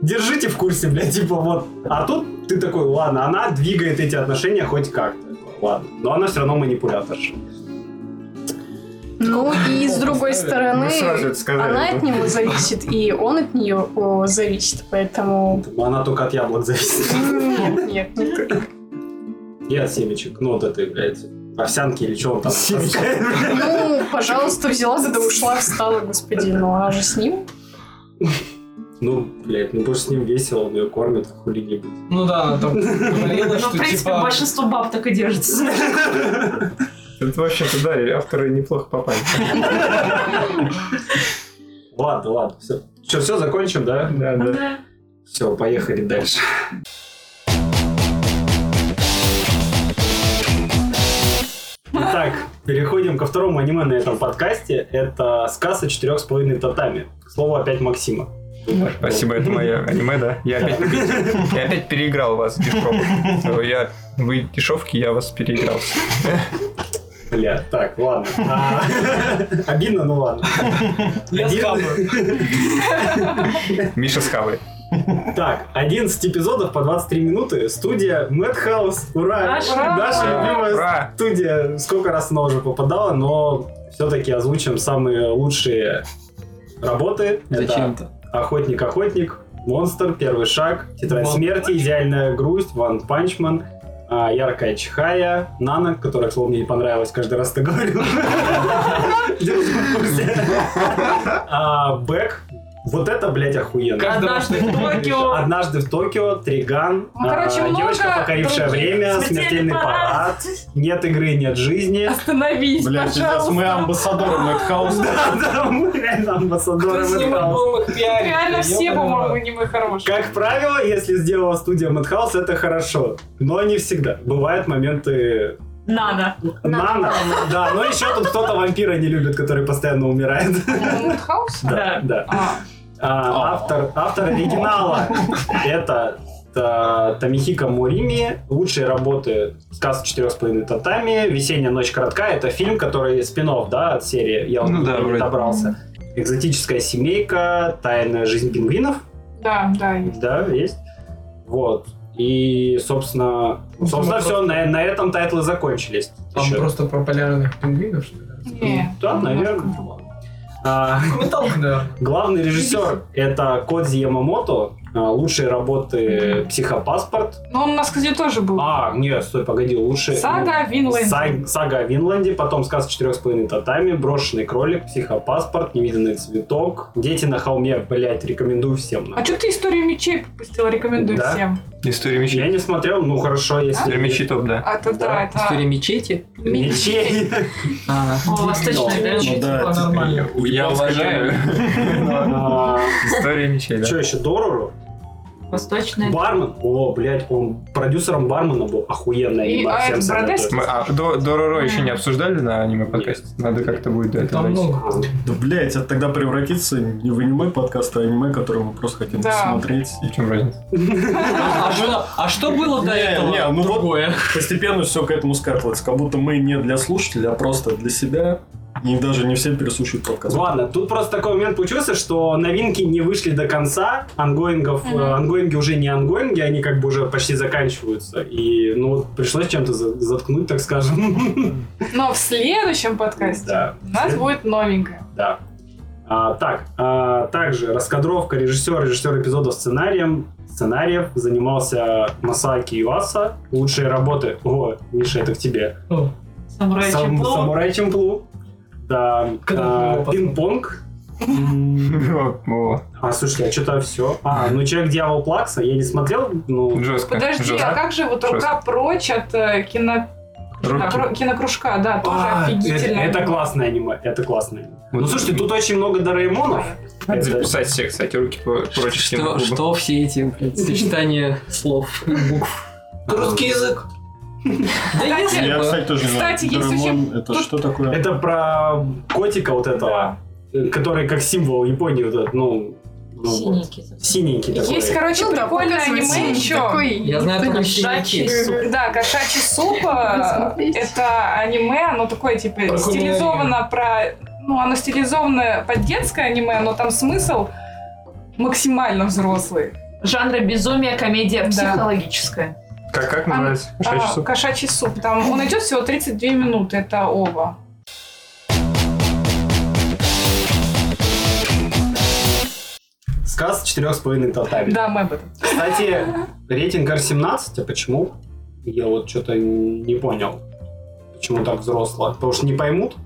держите в курсе, блядь, типа вот. А тут ты такой, ладно, она двигает эти отношения хоть как-то. Ладно. Но она все равно манипуляторша.
Ну, и с другой стороны,
Мы сразу это сказали,
она
да.
от него зависит, и он от нее о, зависит, поэтому...
Она только от яблок зависит.
Нет, нет, не только.
И от семечек. Ну вот этой, блядь, овсянки или что он там.
Ну, пожалуйста, взяла, да ушла, встала, господи, ну а же с ним?
Ну, блядь, ну будешь с ним весело, он ее кормит, хули не будет.
Ну да, она там говорила,
Ну,
что
в принципе,
типа...
большинство баб так и держится.
Это вообще-то, да, авторы неплохо попали.
Ладно, ладно, все. Что, все, закончим, да? Да,
да.
Все, поехали дальше. Итак, переходим ко второму аниме на этом подкасте. Это «Сказ о четырех с половиной татами». К слову, опять Максима.
Спасибо, это мое аниме, да? Я опять, я опять переиграл вас, дешевок. Я, вы дешевки, я вас переиграл.
Бля, так, ладно. А, Обидно, ну ладно.
Я
Обидно.
Миша скавы.
Так, 11 эпизодов по 23 минуты. Студия Madhouse. Ура!
Наша.
Наша
Ура!
любимая
Ура!
студия. Сколько раз она уже попадала, но все-таки озвучим самые лучшие работы. Это
Зачем-то.
Охотник-охотник, Монстр, Первый шаг, Тетрадь смерти, Идеальная грусть, Ван Панчман, а, Яркая Чихая, Нана, которая, к слову, мне не понравилась, каждый раз ты говорил. Держу в курсе. А, Бэк, вот это, блядь, охуенно.
Однажды в Токио.
Однажды в Токио, Триган,
Ну, короче,
а,
много
девочка, покорившая
других.
время,
Смертельный
смертельный парад, нет игры, нет жизни.
Остановись,
Блядь, сейчас
пожалуйста.
мы амбассадоры Мэтхауса.
Да, да, мы реально
Кто
амбассадоры
с ним
Madhouse.
был их пиарить?
Реально
Я
все,
понимаю.
по-моему, аниме хорошие.
Как правило, если сделала студия Madhouse, это хорошо. Но не всегда. Бывают моменты...
Надо.
Нано. Да, но еще тут кто-то вампира не любит, который постоянно умирает.
Ну, Мудхаус?
Да, да. А, Автор, автор оригинала это Та- Томихико Мурими, лучшие работы «Сказ четырех с половиной татами», «Весенняя ночь коротка» — это фильм, который спин да, от серии «Я вот
Ну да,
не
вроде.
добрался». «Экзотическая семейка», «Тайная жизнь пингвинов»,
Да, да, есть.
Да, есть. Вот. И, собственно,
Ну,
собственно,
мы
все, на, на этом тайтлы закончились.
Там
Ещё.
просто про полярных пингвинов, что ли?
Не.
Да, наверное. А,
Металл, да.
главный режиссер это Кодзи Ямамото. А, Лучшие работы «Психопаспорт».
Но он у нас, кстати, тоже был.
А, нет, стой, погоди, лучше...
Сага о Винленде.
Са- Сага о Винланде, потом «Сказ четырех с половиной татами», «Брошенный кролик», «Психопаспорт», «Невиданный цветок», «Дети на холме», блять, рекомендую всем. нахуй.
А что ты историю мечей пропустила? Рекомендую
Да.
всем.
История
Я
мечей.
не смотрел, ну хорошо, если...
История мечей топ, да.
А, это да,
Да.
это...
История мечети?
Мечей.
А,
О, восточная, да?
Ну да,
Типа, нормально.
Я уважаю.
А,
История мечей, да.
Что еще, Дорору?
Восточная.
Бармен? О, блядь, он продюсером бармена был. Охуенное
И
аниме. всем
Аэс
советую.
Бродески?
Мы- а, до, Дороро еще не обсуждали на аниме-подкасте? Надо как-то будет до этого дойти.
Да, блядь, это тогда превратится не в аниме подкаст, а аниме, которое мы просто хотим
Да.
посмотреть.
И в чем разница?
А что- а что было до
Не,
этого?
не, ну вот
Другое.
постепенно все к этому скатывается. Как будто мы не для слушателя, а просто для себя. И даже не все переслушают подкаст.
Ладно, тут просто такой момент получился, что новинки не вышли до конца, ангоингов, э, ангоинги уже не ангоинги, они как бы уже почти заканчиваются. И ну вот пришлось чем-то за- заткнуть, так скажем.
Но в следующем подкасте
Да.
у нас будет новенькое.
Да. А, так, а, также раскадровка режиссер, режиссер эпизодов сценарием, сценариев занимался Масаки Юаса. Лучшие работы. О, Миша, это к тебе.
Самурай
Сам-
Чамплоу.
Самурай Чемплу. Да.
Когда
а,
мы его посмотрим?
Пинг-понг.
О,
А, слушайте, а что-то все. А, ну Человек-дьявол Плакса, я не смотрел, ну...
Жестко.
Подожди, а
жестко.
как же вот рука прочь от э, кино...
Руки.
кро- кинокружка? Да, тоже
а, это,
офигительно.
это классное аниме, это классное аниме.
Вот.
Ну слушайте, тут очень много Дораэмонов.
Надо
Это-
записать все, кстати, руки про- прочь из
Что,
киноклуба.
что все эти блядь, сочетания слов и букв?
Русский язык.
Кстати,
Я, кстати, тоже не знаю.
Кстати, есть очень-
Дорамон, это
тут-
что такое?
Это про котика вот этого, э, который как символ Японии вот этот, ну... ну, вот.
Синенький.
Синенький такой.
Есть, короче,
Ну да,
прикольное
показывает
аниме
синий
еще.
такой,
Я знаю только щенячий суп.
Да, кошачий суп. э,
Посмотрите.
Это аниме, оно такое, типа,
Про
стилизовано про... Ну, оно стилизовано под детское аниме, но там смысл максимально взрослый.
Жанра безумия, комедия
Да.
психологическая.
Как, как
А,
называется?
А,
Шесть часов?
Кошачий суп. Там он идет всего 32 минуты. Это ова.
Сказ четырех с половиной татами.
Да, мы об этом.
Кстати, рейтинг R17, а почему? Я вот что-то не понял, почему так взросло. Потому что не поймут.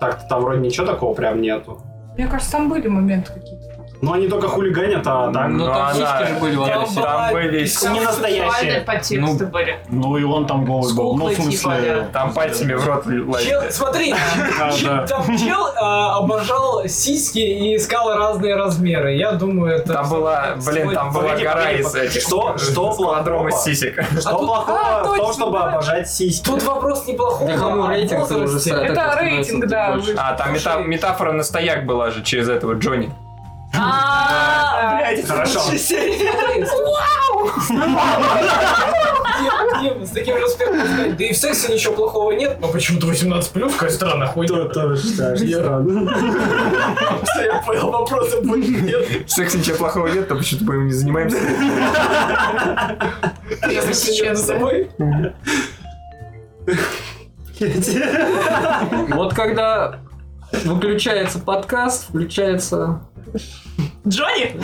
Так-то там вроде ничего такого прям нету.
Мне кажется, там были моменты какие-то.
Ну они только хулиганят, а так...
Ну там
она-
сиськи же были в
Там,
одном.
была-
были
Не
Там
настоящие.
сексуальные подтексты были.
Ну и он там голый
С
был. Ну,
куклой типа,
в
да.
смысле...
Там пальцами в рот
Чел-
лазили.
смотри,
А, да.
там чел а, обожал сиськи и искал разные размеры. Я думаю, это...
Там была, блин, там была
Погоди,
гора
погоди,
из
погоди.
этих...
Что? Что
Квадрома
плохого?
сисек.
Что
э, А тут-
плохого
а,
в том,
точно,
чтобы
да.
обожать сиськи?
Тут вопрос не плохого,
Да кому
а
рейтинг
возрасте.
уже ставят?
Это-
так
Это
вот
рейтинг,
становится
да.
больше.
вы-
А, там мета-
Слушай.
метафора на стояк была же через этого Джонни.
А,
Блядь, хорошо.
Где- где вы С таким успехом сказать, да и в сексе ничего плохого нет, но почему-то 18 плюс, какая странная
То-
хуйня.
тоже считаешь странно.
Всё, я понял, вопроса больше нет.
Секс ничего плохого нет, но почему-то мы им не занимаемся.
Если сейчас с собой.
Вот когда выключается подкаст, включается...
Джонни?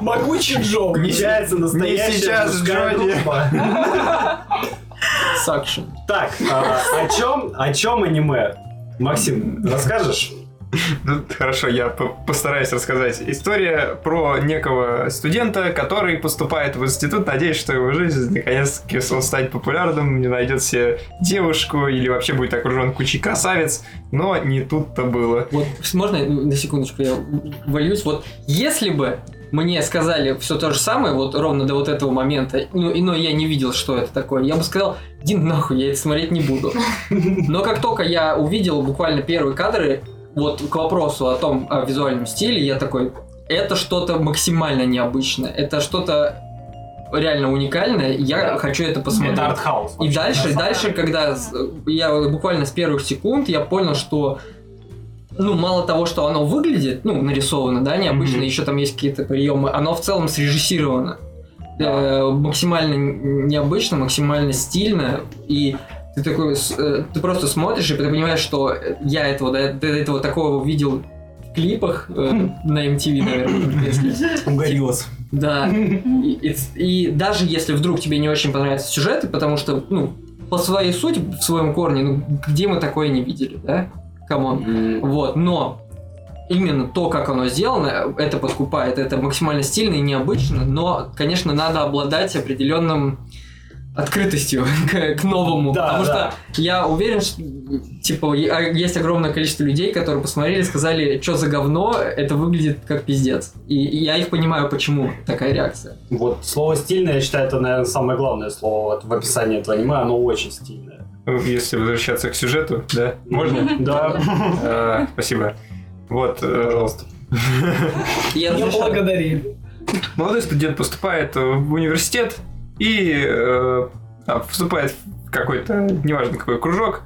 Могучий Джо.
Получается настоящая
сейчас,
мужская
Джонни.
группа.
Сакшн.
Так, а, о чем, о чем аниме? Максим, расскажешь?
Ну, Хорошо, я по- постараюсь рассказать. История про некого студента, который поступает в институт, надеясь, что его жизнь наконец-таки он станет популярным, не найдет себе девушку или вообще будет окружен кучей красавиц, но не тут-то было.
Вот можно на секундочку я вольюсь? Вот если бы мне сказали все то же самое, вот ровно до вот этого момента, ну, и- но я не видел, что это такое, я бы сказал, иди нахуй, я это смотреть не буду. Но как только я увидел буквально первые кадры, вот к вопросу о том, о визуальном стиле, я такой, это что-то максимально необычное, это что-то реально уникальное, и я хочу это посмотреть.
Это артхаус.
И
вообще.
дальше, дальше, когда с- я буквально с первых секунд, я понял, что ну, мало того, что оно выглядит, ну, нарисовано, да, необычно,
Мгм.
еще там есть какие-то приемы, оно в целом срежиссировано. Э, максимально н- необычно, максимально стильно, и ты такой, с- э, ты просто смотришь, и ты понимаешь, что э, я этого, до, до этого такого видел в клипах э, на MTV, наверное, если
Угорилась.
да. И, и- и даже если вдруг тебе не очень понравятся сюжеты, потому что, ну, по своей сути, в своем корне, ну, где мы такое не видели, да? Камон. Вот, но именно то, как оно сделано, это подкупает. Это максимально стильно и необычно, но, конечно, надо обладать определенным открытостью к, к новому.
Да,
потому
да.
что я уверен, что типа е- а есть огромное количество людей, которые посмотрели, сказали, что за говно, это выглядит как пиздец. И, и я их понимаю, почему такая реакция.
Вот слово стильное, я считаю, это, наверное, самое главное слово вот в описании этого аниме, оно очень стильное.
Если возвращаться к сюжету, да? Можно?
Да.
Э, Спасибо. Вот, э, пожалуйста.
Я
Не благодари.
Молодой студент поступает в университет и э, а, вступает в какой-то, неважно какой, кружок.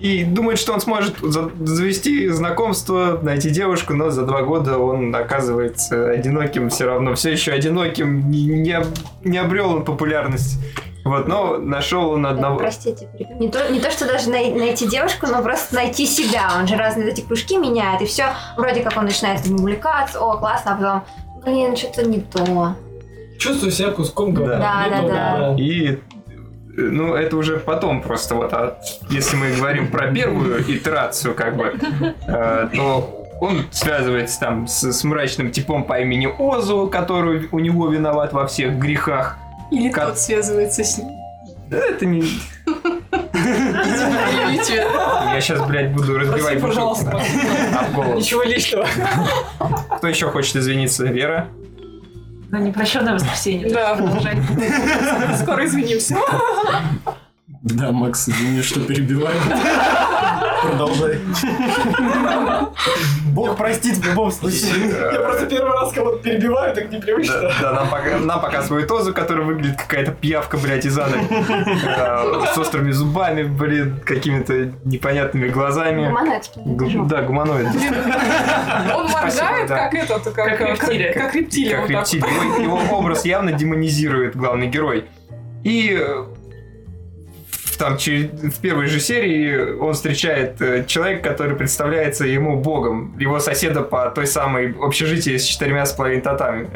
И думает, что он сможет за- завести знакомство, найти девушку, но за два года он оказывается одиноким все равно, все еще одиноким, не, не, об- не обрел он популярность. Вот, но нашел он одного.
Простите, перебью. не то, не то, что даже най- найти девушку, но просто найти себя. Он же разные эти кружки меняет, и все. Вроде как он начинает этим увлекаться, о, классно, а потом, блин, что-то не то.
Чувствую себя куском говна.
Да, да,
Ну,
да.
И э, ну, это уже потом просто вот, а если мы говорим про первую итерацию, как бы, э, то он связывается там с, с мрачным типом по имени Озу, который у него виноват во всех грехах.
Или
Как-
тот связывается с ним.
Да, это не... Я сейчас, блядь, буду разбивать бутылку
пожалуйста.
об голову.
Ничего личного.
Кто еще хочет извиниться? Вера?
На непрощенное воскресенье.
Да.
Жаль.
Скоро извинимся.
Да, Макс, извини, что перебиваю.
Продолжай.
Бог простит в любом
э,
случае.
Я просто первый раз кого-то перебиваю, так непривычно.
Да, да, нам, пока- нам показывают Озу, который выглядит какая-то пиявка, блядь, из ада. Э, С острыми зубами, блин, какими-то непонятными глазами.
Гуманоид.
Гу- Да, гуманоид.
ну. Он моргает,
да.
как этот, как, как рептилия. Как рептилия.
Как
вот так вот.
рептилия. Его- Его образ явно демонизирует главный герой. И э, в- там, через- в первой же серии он встречает э, человека, который представляется ему богом, его соседа по той самой общежитии с четырьмя с половиной татами.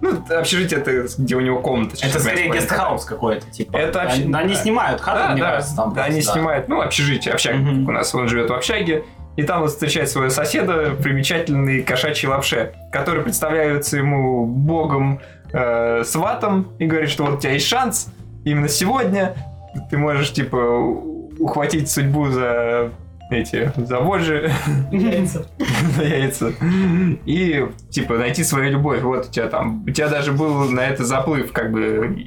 Ну, общежитие это где у него комната. с
Это
четырьмя с
скорее
половиной татами.
гестхаус какой-то, типа.
Это общ-
Они они снимают хату,
Да,
мне
да,
кажется, там.
да, они
просто,
снимают, ну, общежитие, общага у нас, он живет в общаге, и там он встречает своего соседа, примечательный кошачий лапше, который представляется ему богом э, сватом и говорит, что вот у тебя есть шанс, именно сегодня ты можешь, типа, у- ухватить судьбу за эти, за вожжи, за яйца, и, типа, найти свою любовь, вот у тебя там, у тебя даже был на это заплыв, как бы,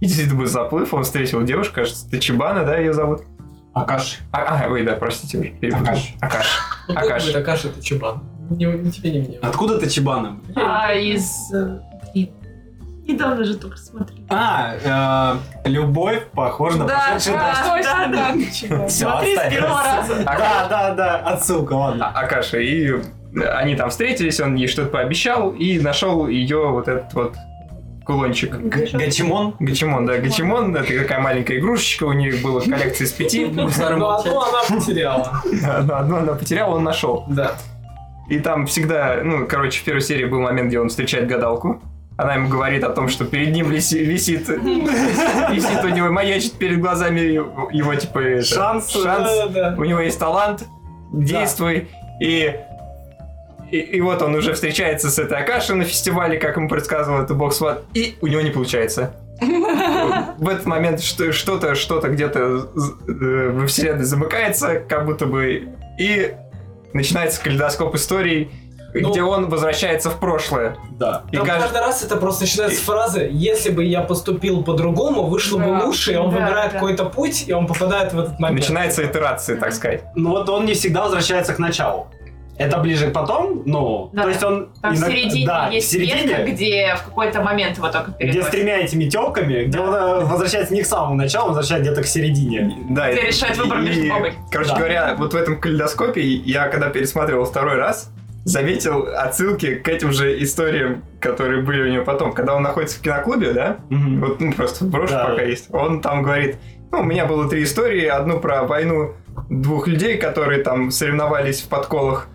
и действительно был заплыв, он встретил девушку, кажется, Тачибана, да, ее зовут?
Акаш.
А, а, ой, да, простите уже. перепутал.
Акаш.
Акаш.
Ну, как
Акаш.
будет, Акаш это чебан. Не, не тебе, не мне.
Откуда Тачибана?
А из... э, Блин. Недавно же только смотрела.
А, э, любовь похожа
Ну,
на
Да,
прошедшую
да,
дождь.
да, да.
Ничего.
Всё,
Смотри с
отстань.
первого раза.
Да, да, да, отсылка, ладно.
А- Акаша. И они там встретились, он ей что-то пообещал и нашел ее вот этот вот кулончик.
Г- Гачимон?
Гачимон, да, Гачимон, это такая маленькая игрушечка, у них была коллекция из пяти.
Ну, одну она потеряла.
Одну одну она потеряла, он нашел.
Да.
И там всегда, ну, короче, в первой серии был момент, где он встречает гадалку. Она ему говорит о том, что перед ним виси- висит, висит у него, маячит перед глазами его, его, типа, это,
Шанс,
шанс.
Да, да.
У него есть талант, действуй. И, и, и вот он уже встречается с этой Акашей на фестивале, как ему предсказывал это бог Сват, и у него не получается. В этот момент что- что-то, что-то где-то з- э, во вселенной замыкается, как будто бы, и начинается калейдоскоп историй,
Ну.
где он возвращается в прошлое.
Да.
И
Там
каждый...
каждый раз это просто начинается с фразы «Если бы я поступил по-другому, вышло бы
Да,
лучше», и он
да,
выбирает
да.
какой-то путь, и он попадает в этот момент.
начинается итерация, так сказать.
Ну вот он не всегда возвращается к началу. Это ближе к потом, ну,
Да.
то есть он...
Там в
иногда-
середине
да,
есть
в середине,
ветка, где в какой-то момент его только
где с
переносит.
тремя этими телками, где он э, возвращается не к самому началу, он возвращается где-то к середине.
Да,
Где
и-
решает выбор
и-
между бабой.
Короче
Да.
говоря, вот в этом калейдоскопе я, когда пересматривал второй раз, заметил отсылки к этим же историям, которые были у него потом. Когда он находится в киноклубе, да, вот ну, просто брошу
Да.
пока есть, он там говорит, ну, у меня было три истории, одну про войну двух людей, которые там соревновались в подколах,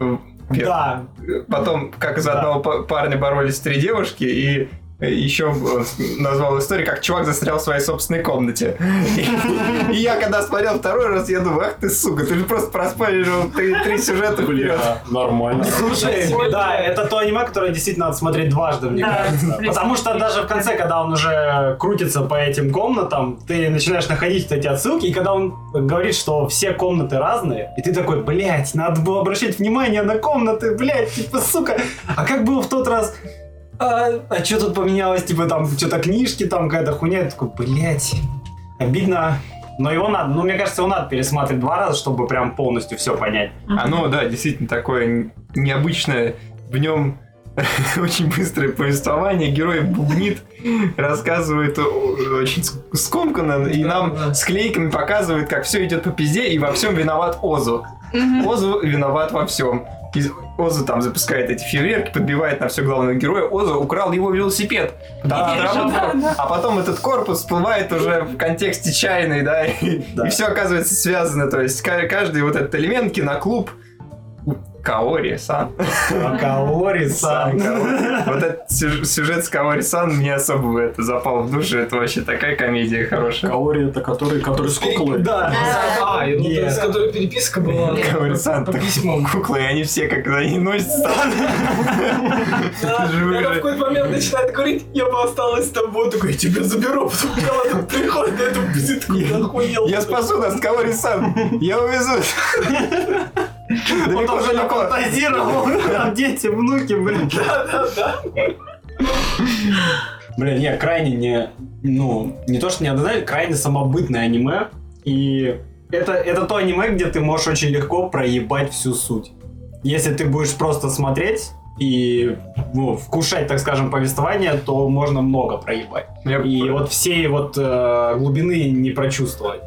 э,
Да,
Потом, как из
Да.
одного па- парня боролись три девушки, и еще он назвал историю, как чувак застрял в своей собственной комнате. И я когда смотрел второй раз, я думаю, ах ты сука, ты же просто проспойлерил три три сюжета вперед.
Нормально.
Слушай, да, это то аниме, которое действительно надо смотреть дважды, мне
Да,
кажется.
плюс-
Потому что даже в конце, когда он уже крутится по этим комнатам, ты начинаешь находить вот эти отсылки, и когда он говорит, что все комнаты разные, и ты такой, блядь, надо было обращать внимание на комнаты, блядь, типа, сука. А как было в тот раз? А, что тут поменялось? Типа там что-то книжки, там какая-то хуйня. Я такой, блядь, обидно. Но его надо, ну, мне кажется, его надо пересматривать два раза, чтобы прям полностью все понять.
Оно, А, ну да, действительно такое н- необычное. В нем очень быстрое повествование. Герой бубнит, рассказывает о- очень ск- скомканно и нам склейками показывает, как все идет по пизде и во всем виноват Озу. Озу виноват во всем. Озу там запускает эти фейерверки, подбивает на все главного героя. Озу украл его велосипед. Да,
Да,
да, А потом этот корпус всплывает уже в контексте чайной, да, и, все оказывается связано. То есть ка- каждый вот этот элемент киноклуб Каори-сан.
Каори-сан.
Каори. Вот этот сюж- сюжет с Каори-сан мне особо в это запал в душу. Это вообще такая комедия хорошая.
Каори это который, который с куклой?
Да.
А, я думал,
Нет.
с которой переписка была.
Каори-сан, так куклы, и они все как они носятся.
Да, она в какой-то момент начинает говорить, я бы осталась с тобой, такой, я тебя заберу, потом когда она тут приходит на эту визитку, я охуел.
Я спасу нас, Каори-сан, я увезу.
Он
Далеко,
уже
далеко.
нафантазировал. Там дети, внуки, блин. Да, да, да. Блин, не, крайне не... Ну, не то, что не однозначно, крайне самобытное аниме. И это, это то аниме, где ты можешь очень легко проебать всю суть. Если ты будешь просто смотреть и ну, вкушать, так скажем, повествование, то можно много проебать. И вот всей вот э, глубины не прочувствовать.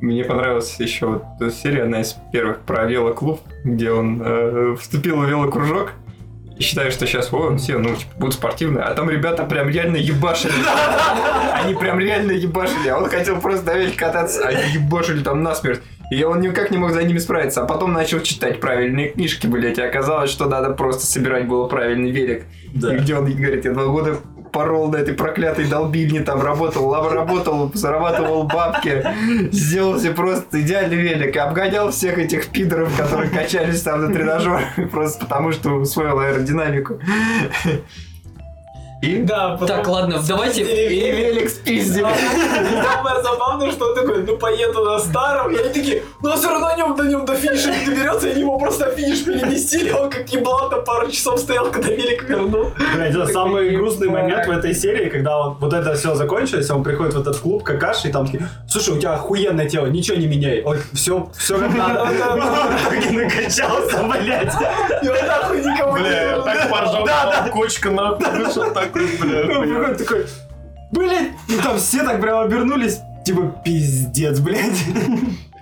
Мне понравилась еще вот эта серия, одна из первых про велоклуб, где он э, вступил в велокружок. И считаю, что сейчас вон все, ну, типа, будут спортивные, а там ребята прям реально ебашили. Они прям реально ебашили, а он хотел просто доверить кататься, а они ебашили там насмерть. И он никак не мог за ними справиться, а потом начал читать правильные книжки, блядь, и оказалось, что надо просто собирать было правильный велик. И где он говорит, я два года порол на этой проклятой долбильне, там работал, лав- работал, зарабатывал бабки, сделал себе просто идеальный велик, и обгонял всех этих пидоров, которые качались там на тренажерах, просто потому что усвоил аэродинамику. И?
Да,
Так, ладно, давайте...
И велик спиздили.
Самое забавное, что он такой, ну поеду на старом, и они такие, ну а все равно на нем до нем до финиша не доберется, и они его просто на финиш переместили, он как еблан-то пару часов стоял, когда велик вернул.
Блядь, это самый грустный момент в этой серии, когда он, вот это все закончилось, он приходит в этот клуб какаши и там такие, слушай, у тебя охуенное тело, ничего не меняй. Он все, все как надо. В итоге накачался, блядь.
И он нахуй никому не
Бля, я
вернул.
так поржал,
Да,
там кочка нахуй вышел такой,
Он
бля.
приходит такой, блядь, и там все так прям обернулись, типа, пиздец, блядь.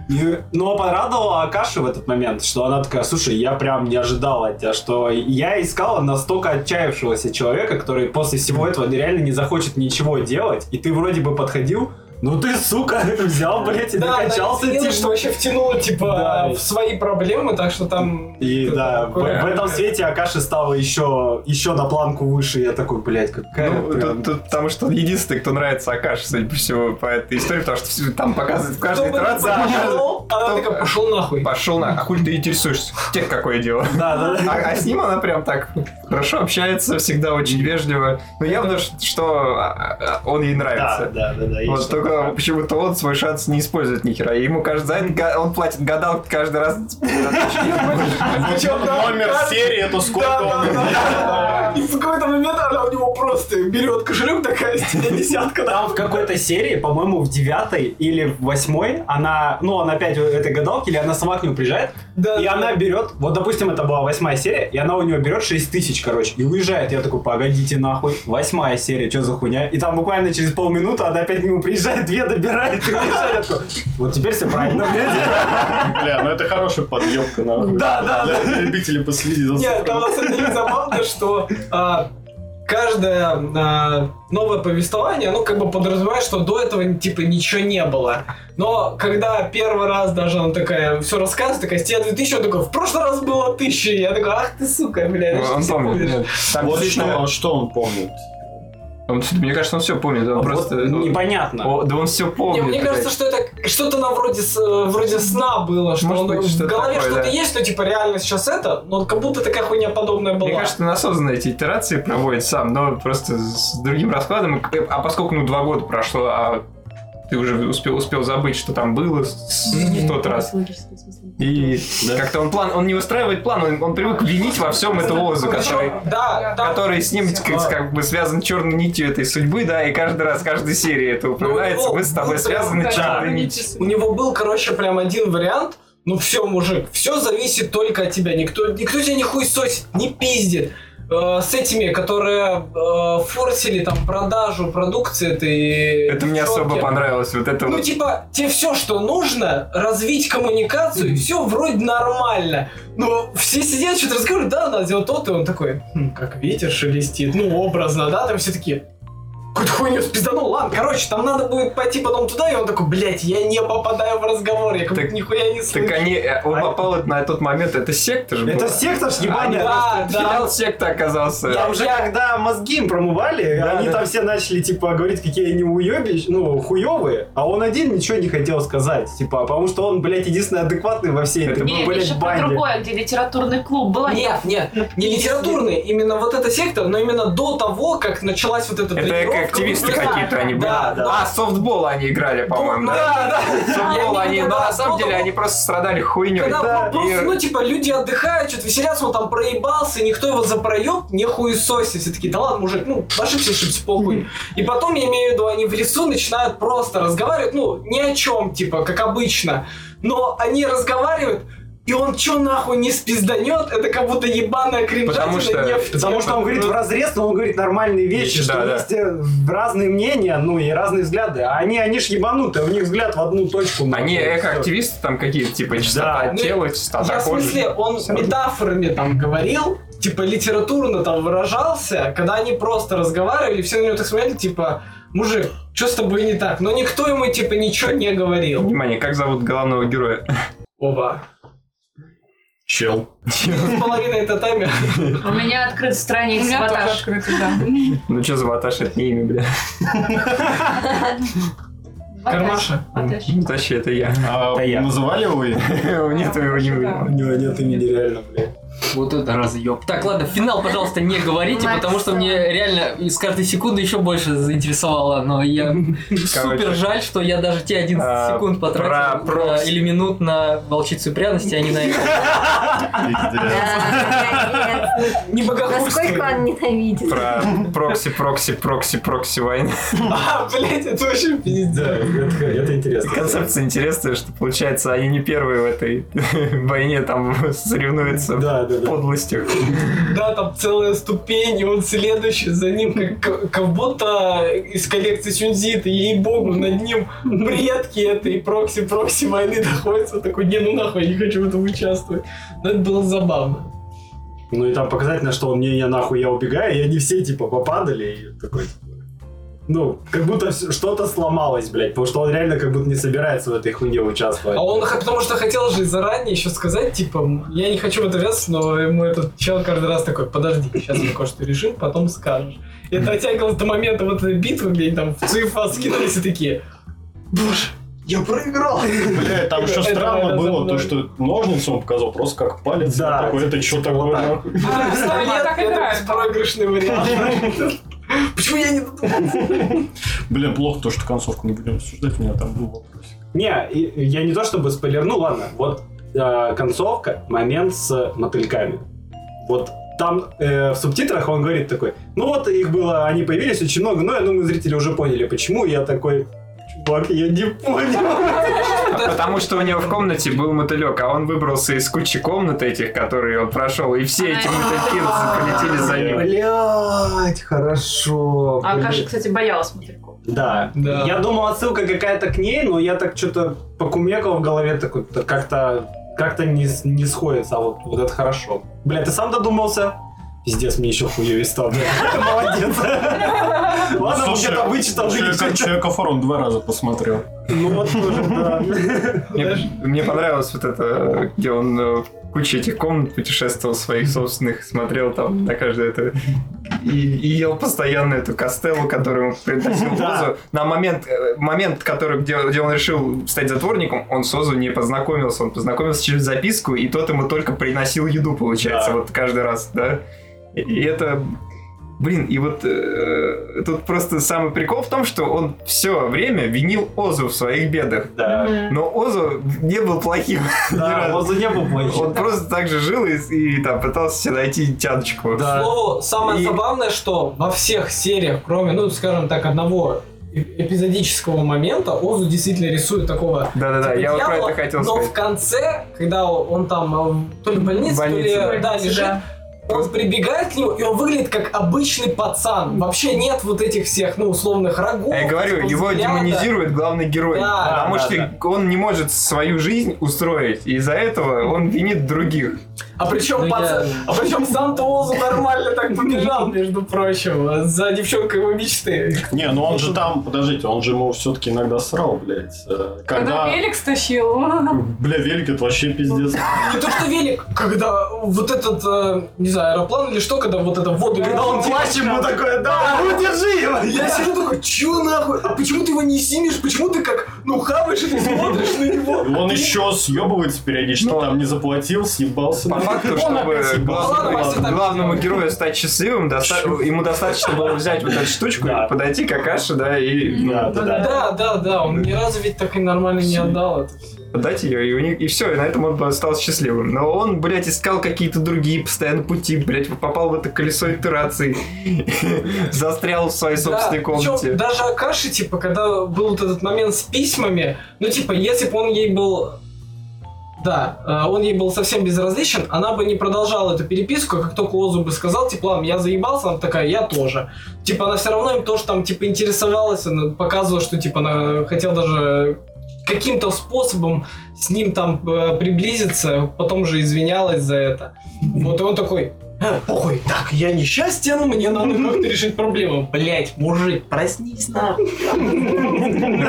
И- Но порадовала Акаши в этот момент, что она такая, слушай, я прям не ожидала от тебя, что я искала настолько отчаявшегося человека, который после всего этого реально не захочет ничего делать, и ты вроде бы подходил, ну ты, сука, взял, блядь, и
Да, она
накачался,
извинилась,
типа.
что вообще втянула, типа,
Да.
в свои проблемы, так что там...
И да, в,
такое.
в этом свете Акаши стала еще, еще на планку выше, и я такой, блядь, какая
Ну,
прям-
тут- тут потому что он единственный, кто нравится Акаш, судя по всему, по этой истории, потому что всё- там показывают в каждой
Кто бы
итерации.
ни пошел,
показывают,
она
кто-
такая, пошел нахуй.
Пошел на, а хуй ты интересуешься? Тебе какое дело?
Да, да, да.
А, а с ним она прям так хорошо общается, всегда очень вежливо. Но явно, ш- что а, а, он ей нравится.
Да, да, да. да, есть
Вот
что-то
только
такое.
почему-то он свой шанс не использует ни хера. Ему кажется, за это га- он платит гадалки каждый раз.
Номер серии, это сколько он...
И в какой-то момент она у него просто берет кошелек, такая с тебя десятка.
Там в какой-то серии, по-моему, в девятой или в восьмой, она, ну, она опять у этой гадалки, или она сама к нему приезжает, и она берет, вот, допустим, это была восьмая серия, и она у него берет 6 тысяч, короче, и уезжает. Я такой, погодите нахуй, восьмая серия, что за хуйня? И там буквально через полминуты она опять к нему приезжает, две добирает, и уезжает. Я такой, Вот теперь все правильно,
Бля, ну это хорошая подъемка, нахуй.
Да, да, да.
Для любителей последить за
Нет, там
цифрами.
на самом деле забавно, что а, каждое а, новое повествование, оно как бы подразумевает, что до этого типа ничего не было. Но когда первый раз даже она такая все рассказывает, такая, с тебя 2000, он такой, в прошлый раз было 1000. Я такой, ах ты сука, блядь.
Он
что ты
помнит.
помнишь?»
Ну, нет. Там
Вот
действительно-
что, что он помнит?
Он, мне кажется, он все помнит. Он просто, ну,
непонятно.
да он все помнит.
Не, мне
блядь.
кажется, что это что-то на вроде, с- э, вроде сна было, что
Может
он
быть,
в
что-то
голове
такое,
что-то
да.
есть, но типа реально сейчас это, но как будто такая хуйня подобная была.
Мне кажется, он осознанно эти итерации проводит сам, но просто с другим раскладом. А поскольку ну два года прошло, а ты уже успел, успел забыть, что там было с- в тот раз. И как-то он план, он не выстраивает план, он, он привык винить во всем это Озу, который,
да,
который с ним как, как бы связан черной нитью этой судьбы, да, и каждый раз, каждой серии это упоминается,
Ну,
мы с тобой связаны черной нитью.
У него был, короче, прям один вариант. Ну все, мужик, все зависит только от тебя. Никто, никто тебя не хуесосит, не пиздит. Э, с этими, которые э, форсили там продажу продукции этой
Это мне
девчонки.
особо понравилось, вот это
Ну,
вот.
типа, тебе все, что нужно, развить коммуникацию, все вроде нормально. Но все сидят, что-то разговаривают, да, надо сделать то-то, и он такой, «Хм, как ветер шелестит, ну, образно, да, там все такие, какую-то хуйню спизданул, ладно, короче, там надо будет пойти потом туда, и он такой, блядь, я не попадаю в разговор, я как будто нихуя не слышу.
Так они, э, он попал вот на тот момент, это секта же была.
Да, да.
Филиал секта оказался.
Там же когда мозги им промывали, они там все начали, типа, говорить, какие они уебищ, ну, хуевые, а он один ничего не хотел сказать, типа, потому что он, блядь, единственный адекватный во всей этой, ну,
Нет, это
блядь,
же про
банде.
другое, где литературный клуб была.
Нет, нет, не литературный, именно вот эта секта, но именно до того, как началась вот эта
Это как активисты какие-то они были.
Да, да.
А, софтбол они играли, по-моему.
Да, да.
Софтбол
Я
они,
именно,
но
да,
на самом деле они просто страдали хуйней.
Когда
Да.
просто,
И-
ну, типа, люди отдыхают, что-то веселятся, он там проебался, и никто его за проеб не хуесосит. Все такие, да ладно, мужик, ну, ошибся, ошибся, похуй. И потом, я имею в виду, они в лесу начинают просто разговаривать, ну, ни о чем, типа, как обычно. Но они разговаривают, и он чё нахуй не спизданет, это как будто ебаная кринжатина
Потому что-
не в тему.
потому что он говорит в разрез, но он говорит нормальные вещи,
Вещи,
что
типа, ну, да, да.
есть э, разные мнения, ну и разные взгляды. А они, они ж ебанутые, у них взгляд в одну точку. ну,
Они
вот, всё.
эхоактивисты там какие-то, типа, чистота
Ну,
тела, чистота
я, в
кожи.
смысле, он метафорами там говорил, типа литературно там выражался, когда они просто разговаривали, все на него так смотрели, типа, мужик, что с тобой не так? Но никто ему, типа, ничего не говорил.
Внимание, как зовут главного героя?
Оба.
Чел.
Половина это таймер.
У меня открыт страница.
У меня тоже
Ватаж.
открыто, да.
Ну что за ватаж, это не имя, бля.
Кармаша.
Ну, Тащи, это я.
Называли его?
Нет, его не
У
него нет имени реально, блядь.
Вот это разъеб. Так, ладно, финал, пожалуйста, не говорите, потому что мне реально из каждой секунды еще больше заинтересовало, но я супер жаль, что я даже те 11 секунд потратил на- или минут на волчицу и пряности, а не на
Не
Насколько он ненавидит.
Про прокси, прокси, прокси, прокси войны.
А, блядь, это очень пиздец.
это, это интересно.
Концепция интересная, что получается, они не первые в этой войне там соревнуются в подлостях.
Да, А там целая ступень, и он следующий за ним, как, как будто из коллекции Сюнзита, ей-богу, над ним предки это и прокси-прокси войны находятся. Он Такой, не, ну нахуй, я не хочу в этом участвовать. Но это было забавно.
Ну и там показательно, что он не я нахуй, я убегаю, и они все типа попадали, и такой типа, ну, как будто всё- что-то сломалось, блядь, потому что он реально как будто не собирается в этой хуйне участвовать.
А он, х- потому что хотел же заранее еще сказать, типа, я не хочу в это ввязаться, но ему этот чел каждый раз такой, подожди, сейчас мы кое-что решим, потом скажешь. И это оттягивалось до момента вот этой битвы, где они там в цифра скинулись и такие, боже, я проиграл.
Бля, там еще
Это
странно
надо за
было, то,
мной.
что ножницы он показал просто как палец.
Да,
Да. Такой,
типа,
это что такое? нахуй?»
Нет,
так
это проигрышный вариант. Почему я не додумался?
Блин, плохо то, что концовку не будем обсуждать, у меня там был вопрос.
Не, и- и я не то чтобы спойлер, ну ладно, вот э, концовка, момент с мотыльками. Вот там э, в субтитрах он говорит такой, ну вот их было, они появились очень много, но я думаю, зрители уже поняли, почему. И Я такой, чувак, я не понял.
Потому что у него в комнате был мотылек, а он выбрался из кучи комнат этих, которые он прошел, и все эти мотыльки полетели за ним.
Блять, хорошо.
А
блин.
Каша, кстати, боялась смотреть.
Да. Я думал, отсылка какая-то к ней, но я так что-то покумекал в голове, такой т- как-то как-то не, с- не сходится, а вот, вот это хорошо. Бля, ты сам додумался? Пиздец, мне еще хуевее стал. бля. Молодец. Ладно,
Слушай,
где-то вычитал. типа.
Человека, человека форум два раза посмотрел.
Ну вот тоже, да.
Мне, мне понравилось вот это, где он э, в куче этих комнат путешествовал своих собственных, смотрел там на каждую эту и, и ел постоянно эту костеллу, которую он приносил
Да.
Созу. На момент, э, момент который, где, где он решил стать затворником, он с Созу не познакомился. Он познакомился через записку, и тот ему только приносил еду, получается, вот каждый раз, да? И- И это... Блин, и вот э, тут просто самый прикол в том, что он все время винил Озу в своих бедах.
Да.
Мгм.
Но Озу не был плохим.
Да, Озу не был плохим.
Он просто так же жил и, и, там пытался себе найти тяночку.
К слову, самое забавное, что во всех сериях, кроме, ну, скажем так, одного э- эпизодического момента, Озу действительно рисует такого
Да-да-да,
типа
я вот про
дьявола,
это хотел
но
сказать.
в конце, когда он там э, то ли в больнице,
больнице,
то ли
да.
да, лежит,
Да.
он прибегает к нему, и он выглядит как обычный пацан. Вообще нет вот этих всех, ну, условных рогов.
А Я говорю,
этого
его
взгляда.
демонизирует главный герой.
Да,
потому
да,
что он не может свою жизнь устроить. и Из-за этого он винит других.
А причем, пацан, а причем сам-то Озу нормально так побежал, между прочим, за девчонкой его мечты.
Не, ну он же там, подождите, он же ему все-таки иногда срал, блядь. Э,
Когда
Когда...
Феликс тащил.
Бля, велик это вообще пиздец.
Не то, что велик, когда вот этот, э, не знаю, аэроплан или что, когда вот это в воду
Когда он плачет, ему такое, «Да, ну, держи его!»
Я сижу такой, чё нахуй, а почему ты его не снимешь, почему ты как, ну, хаваешь и ты смотришь на него?
Он еще съебывается периодически, там не заплатил, съебался.
Ну, По факту,
Он
чтобы
опять съебался.
главному-
Ладно, Вася, так-
главному герою стать счастливым, доста- ему достаточно было взять вот эту штучку, подойти к Акаше, да, и... ну,
Да, да, да, он ни разу ведь так и нормально не отдал это.
Отдать ее, и, у них, и все, и на этом он бы стал счастливым. Но он, блядь, искал какие-то другие постоянно пути, блядь, попал в это колесо итераций, застрял в своей собственной
Да, причём
комнате.
даже Акаши, типа, когда был вот этот момент с письмами, ну, типа, если бы он ей был... Да, э, он ей был совсем безразличен, она бы не продолжала эту переписку, а как только Озу бы сказал, типа, ладно, я заебался, она такая, я тоже. Типа, она все равно им тоже там, типа, интересовалась, она показывала, что, типа, она хотела даже каким-то способом с ним там э, приблизиться, потом же извинялась за это. Вот и он такой, «Э, похуй, так, я несчастен, мне надо как-то решить проблему. Блять, мужик, проснись нахуй.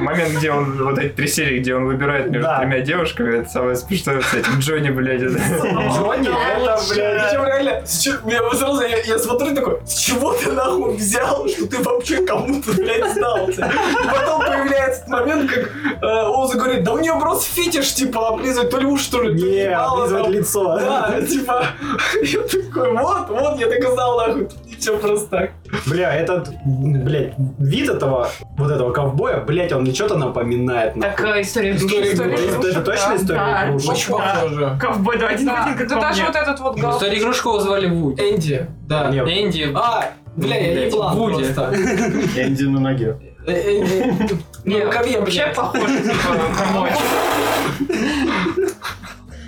Момент, где он, вот эти три серии, где он выбирает между тремя девушками, это самое смешное с этим Джонни, блядь. это.
Джонни, это, блядь. Причем реально, с чё- я вот сразу, я, я смотрю такой, с чего ты нахуй взял, что ты вообще кому-то, блядь, сдался? И потом появляется этот момент, как э, Оза говорит, да у нее просто фетиш, типа, облизывать то ли уж, что ли, то ли ебало
облизывать
там».
лицо.
Да, типа, я такой, вот, вот, я так и знал, нахуй, тут ничего просто так.
Бля, этот, м, блядь, вид этого, вот этого ковбоя, блядь, он мне что-то напоминает. нахуй.
Такая история в душе. История
История игрушек.
игрушек,
Это точно
да.
история
Да.
игрушек?
Очень похоже. Ковбой, да, один в
Да,
один, как
да
во
даже
мне.
вот этот вот гал-
Старик игрушку его звали Вуди.
Энди, да.
Нет.
Энди.
А, бля, я
Блядь,
еблан
Вуди.
просто.
Энди на ноге.
Э, э,
Не,
рукаве,
вообще
блядь.
похож, типа, домой.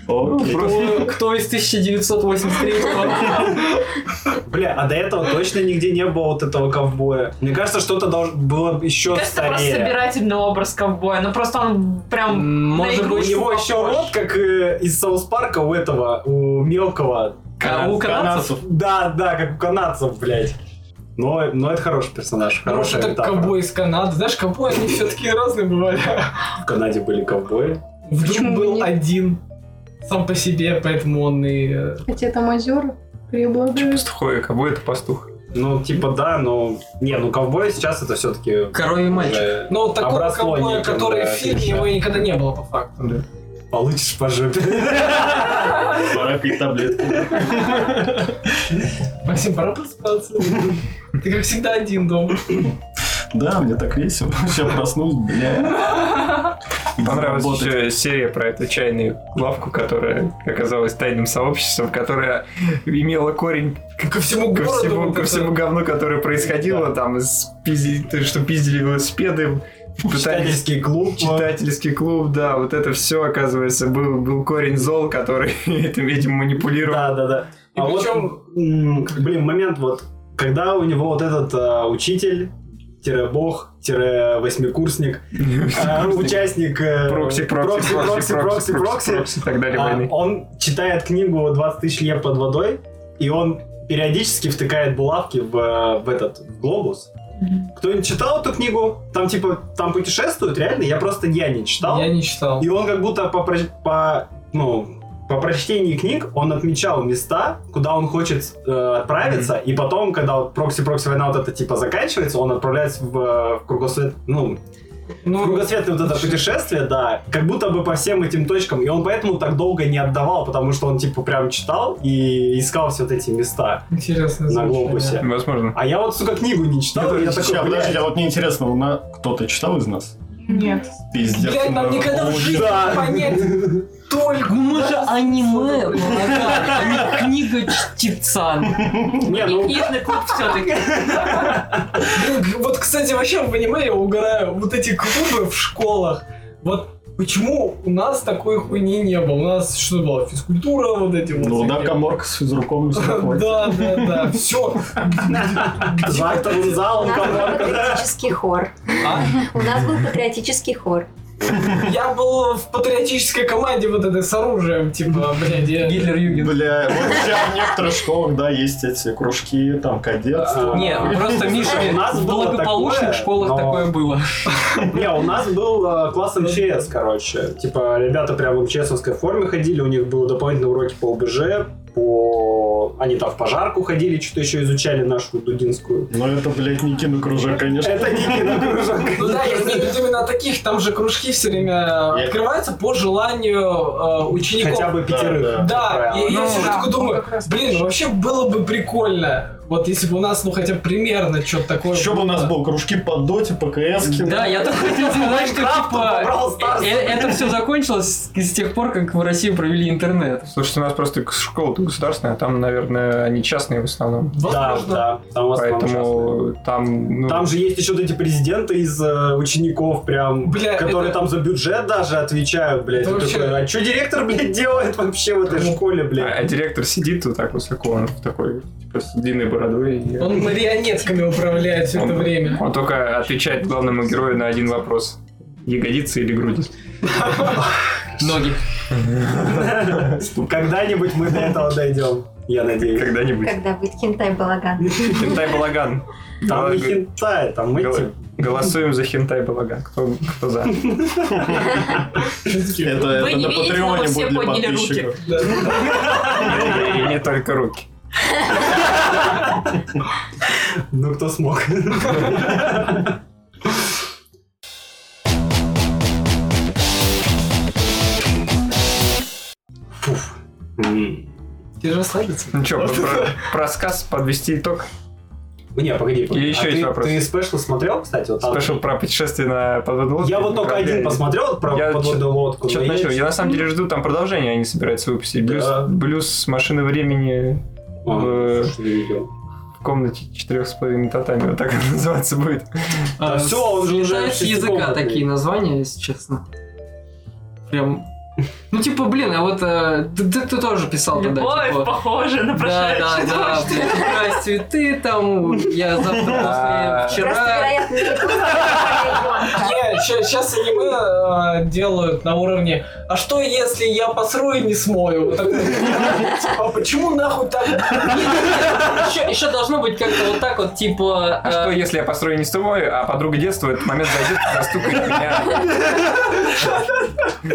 Ну,
Кто, кто из 1983 года?
Бля, а до этого точно нигде не было вот этого ковбоя. Мне кажется, что-то должно было еще
Кажется, просто
старее.
собирательный образ ковбоя. Ну просто он прям
Может
на
У
игрушку
него еще рот, как э, из Саус Парка у этого, у мелкого.
А у канадцев?
Да, да, как у канадцев, блядь. Но, но это хороший персонаж,
Может,
хорошая
Ну, это
метафора.
ковбой из Канады. Знаешь, ковбои, они все такие разные бывали.
В Канаде были ковбои.
Вдруг был один сам по себе, поэтому он и... э,
Хотя там озера преобладают.
а
Пастухой, кого это пастух?
Ну, типа, да, но... Не, ну ковбой сейчас это все-таки...
Коровий мальчик.
уже
Ну, вот такого
обросло
ковбоя,
неким,
который в
да,
фильме,
клише.
его и никогда не было, по факту.
Получишь по жопе.
э.
Пора пить таблетки.
Максим, пора просыпаться. Ты, как всегда, один дома.
Да, мне так весело. Сейчас проснулся, бля.
Понравилась еще серия про эту чайную лавку, которая оказалась тайным сообществом, которая имела корень
ко всему
ко
городу
всему,
вот
ко всему говну, которое происходило, там, из пизди- то, что пиздили велосипеды, пытались
Читательский клуб.
Читательский клуб, да, вот это все, оказывается, был, был корень зол, который этим, этим манипулировал.
Да, да, да.
И
А вот,
причем-
м, блин, момент вот, когда у него вот этот а, учитель, тире бог, тире восьмикурсник, а, участник э,
Прокси, прокси, прокси, прокси, прокси, прокси, и так далее
а,
войны.
он читает книгу 20 тысяч лет под водой, и он периодически втыкает булавки в, э, в этот в глобус. Кто-нибудь читал эту книгу? Там типа там путешествуют, реально? Я просто я не читал.
Я не читал.
И он как будто по, про- по ну, по прочтении книг он отмечал места, куда он хочет э, отправиться, и потом, когда вот прокси-прокси война вот это типа заканчивается, он отправляется в, э, в кругосвет, ну, в кругосветное вот это путешествие, да, как будто бы по всем этим точкам, и он поэтому так долго не отдавал, потому что он типа прям читал и искал все вот эти места
Интересно.
на глобусе.
Возможно.
А я вот, сука, книгу не
Я
читал, и
тоже
я
не
такой,
читал.
блядь,
Подождите, а вот мне интересно, она кто-то читал из нас?
Нет.
Пиздец.
Блядь, нам
ну,
никогда в
очень-
жизни не понять. Только
Ну, Мы же аниме, молодая, а не книга чтецан.
Не, ну...
Книжный клуб все-таки.
Вот, кстати, вообще в аниме я угораю. Вот эти клубы в школах. Вот почему у нас такой хуйни не было? У нас что было? Физкультура, вот эти вот.
Ну да,
всякие.
коморка с физруком не сработает.
Да, да, да, все.
Завтра
У
зал,
нас был
команда.
патриотический хор. У нас был патриотический хор.
Я был в патриотической команде вот этой с оружием, типа, блядь, я...
Гитлер Юген.
Бля, вот у тебя в некоторых школах, да, есть эти кружки, там,
А,
Э, кадетство.
Не, просто Миша,
У нас
в
было такое,
благополучных школах
но-
такое было.
Не, у нас был э, класс МЧС, короче. Типа, ребята прям в МЧСовской форме ходили, у них были дополнительные уроки по ОБЖ, по... Они там в пожарку ходили, что-то еще изучали нашу дудинскую.
Но Ну, это, блядь, не кинокружок, конечно.
Это не кинокружок.
Ну да, я знаю вот именно таких, там же кружки все время открываются по желанию э, учеников.
Хотя бы пятерых.
Да, и я
Ну,
всё
да.
такой думаю, блин, вообще было бы прикольно, вот если бы у нас, ну, хотя бы примерно что-то такое
Еще бы у нас был кружки по доте, по КС.
Да, я так хотел сказать, что
Brawl
типа
Stars.
э- это все закончилось с с тех пор, как в России провели интернет.
Слушайте, у нас просто школа-то государственная, а там, наверное, они частные в основном.
Да, да. Там, в основном
Поэтому там... ну,
Там же есть еще вот эти президенты из э, учеников, прям,
Бля,
которые
это-
там за бюджет даже отвечают, блядь.
Это
Ты
вообще-
такой, а что директор, блядь, делает вообще в этой школе,
А, а
блядь?
директор сидит вот так высоко, он в такой типа, с длинной бородой. и-
Он марионетками управляет все это
Он-
время.
Он только отвечает главному герою на один вопрос. Ягодицы или груди?
Ноги.
Когда-нибудь мы до этого дойдем, я надеюсь.
Когда-нибудь.
Когда будет хентай-балаган.
Хентай Балаган.
Там не
Голо-
хентай, там эти...
голо- Голосуем за хентай Балаган. Кто, кто за?
Это,
Вы
это
не
на
видите, но
Патреоне
мы все
будет для
подняли руки.
подписчиков.
И не только руки.
Ну, кто смог. Фуф. М.
Ты же расслабиться.
Ну что, про, про сказ подвести итог?
Не, погоди. погоди.
Или еще
А
есть
ты-
вопрос?
Ты спешл смотрел, кстати? вот там?
Спешил про путешествие на подводную лодку.
Я вот только
Корабля.
один посмотрел вот про
Я
подводную лодку.
Чё-то
но
начал.
есть-
Я на самом деле жду там продолжение, они собираются выпустить. Блюз,
Да.
блюз машины времени
А,
в,
слушай, я видел.
в комнате четырех с половиной татами. Вот так она называться будет.
Да всё, он же уже
слетают А, с языка
шестикомнатный.
такие названия, если честно.
э,
Прям... Ну, типа, блин, а вот э, ты, ты- ты тоже писал тогда,
Любовь
типа...
похожа на
Да, да,
прошедшую
да,
дождь.
блин, украсть цветы там, я завтра
Да.
после
Просто,
вчера.
вероятно, не
типа.
просто
сейчас аниме э, делают на уровне «А что, если я посру и не смою?» Вот такой, «А почему нахуй так?»
Еще, должно быть как-то вот так вот, типа...
А что, если я построю не с тобой, а подруга детства в этот момент зайдет и застукает меня?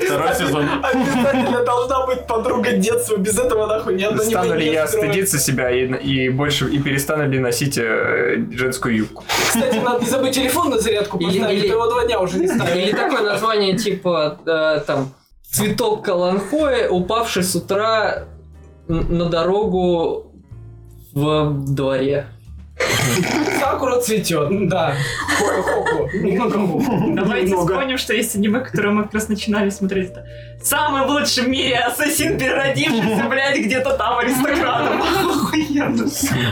Второй сезон.
Обязательно должна быть подруга детства, без этого нахуй ни одно
Стану
аниме
ли
не
я
откроется.
стыдиться себя и, и больше и перестану ли носить э, женскую юбку?
Кстати, надо не забыть телефон на зарядку
Или-
поставить,
или-
ты его два дня уже не
Или
ставишь.
такое название, типа, э, там, цветок каланхоэ, упавший с утра н- на дорогу в дворе.
Сакура цветет, да. Хоку-хоку. Немного хоку.
Давайте
Немного.
вспомним, что есть аниме, которое мы как раз начинали смотреть. Это Самый лучший в мире ассасин, переродившийся, блядь, где-то там аристократом. Охуенно.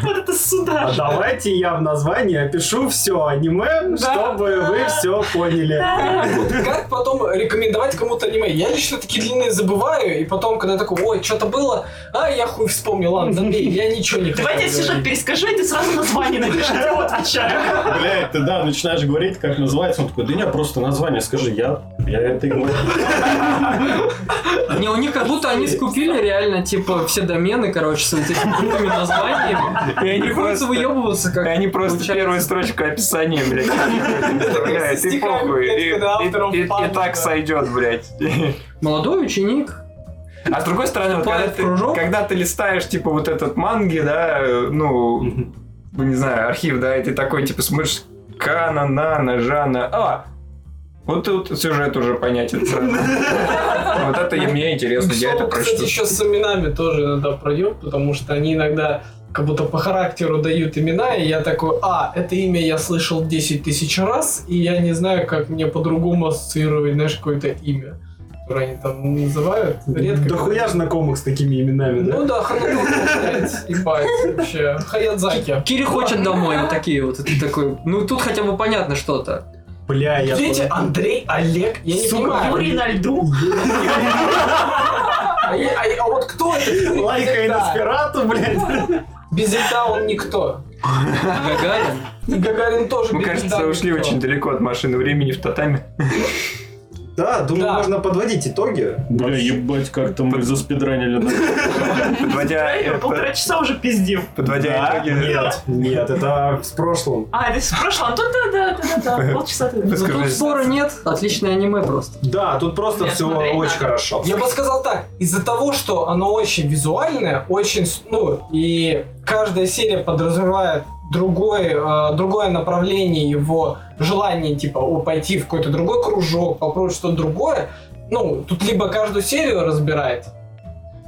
Вот это сюда
А
же.
давайте я в названии опишу все аниме, чтобы вы все поняли.
Как потом рекомендовать кому-то аниме? Я лично такие длинные забываю, и потом, когда такой, ой, что-то было, а, я хуй вспомнил, ладно, забей, я ничего не
Давайте я
хотел
сюжет
говорить».
перескажу, и ты сразу название напиши, я вам отвечаю.
Блядь, ты да, начинаешь говорить, как называется. Он такой, да не, просто название скажи, я, я это и говорю.
Не, у них как будто они скупили реально, типа, все домены, короче, с этими крутыми названиями.
И
И
они просто,
приходится выебываться,
и
как...
они просто
получается.
первую строчку описания, блядь, вставляют, и
стихами,
похуй,
блядь,
и-
когда автором
и- и- и
панк, да.
так сойдет, блядь.
Молодой ученик
А с другой стороны, вот когда ты, когда ты листаешь, типа, вот этот манги, да, э, ну, ну, не знаю, архив, да, и ты такой, типа, смотришь, Кана, Нана, Жана, а, вот тут сюжет уже понятен. Вот это и мне интересно, я это
Слово, Ну, кстати,
прочту.
еще с именами тоже иногда пройдет, потому что они иногда как будто по характеру дают имена, и я такой, а, это имя я слышал 10 тысяч раз, и я не знаю, как мне по-другому ассоциировать, знаешь, какое-то имя, которое они там называют. Редко.
Да хуя знакомых с такими именами, да?
Ну да, Хануто, блядь, ебать, вообще. Хаядзаки.
Кири хочет домой, вот такие вот. И ты такой, ну тут хотя бы понятно что-то.
Бля,
я Видите, тоже- Андрей, Олег, я не понимаю.
Юрий на льду.
А, я- а я- а вот кто это?
Лайка и Носферату, блядь.
Без льда он никто.
Гагарин?
И Гагарин тоже
Мы,
без льда
кажется, ушли
никто.
очень далеко от машины времени в татами.
Да, думаю, можно подводить итоги.
Бля, ебать, как-то мы заспидранили.
Подводя...
Полтора часа уже пиздим.
Подводя итоги...
Нет, нет, это с прошлым.
А, это с прошлого. Тут да, да, да, да, да. Полчаса ты.
Ну, тут спора нет, отличное аниме просто.
Да, тут просто
Нет,
все
смотреть
очень
надо.
хорошо.
Я бы сказал так, из-за того, что оно очень визуальное, очень, с- ну, и каждая серия подразумевает другой, э, другое направление его желание, типа, о, пойти в какой-то другой кружок, попробовать что-то другое, ну, тут либо каждую серию разбирает,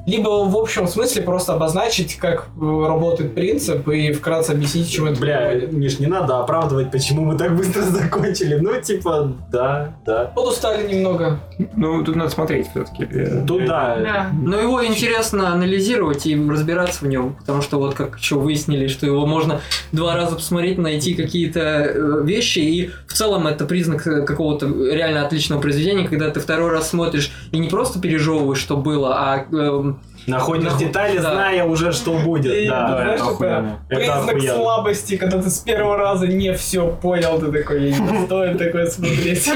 либо в общем смысле просто обозначить, как э, работает принцип и вкратце объяснить, чему это
Бля,
приводит.
Миш, не надо оправдывать, почему мы так быстро закончили. Ну, типа, да, да.
Подустали немного.
Ну, тут надо смотреть все-таки.
Тут да.
Да.
Но его интересно анализировать и разбираться в нем, потому что вот как что выяснили, что его можно два раза посмотреть, найти какие-то э, вещи, и в целом это признак э, какого-то реально отличного произведения, когда ты второй раз смотришь и не просто пережевываешь, что было, а... эм,
Находишь
наход-
детали,
да.
зная уже, что будет. Да,
Знаешь, это
Это
признак
охуенно.
слабости, когда ты с первого раза не все понял, ты такой, я не достоин такое смотреть.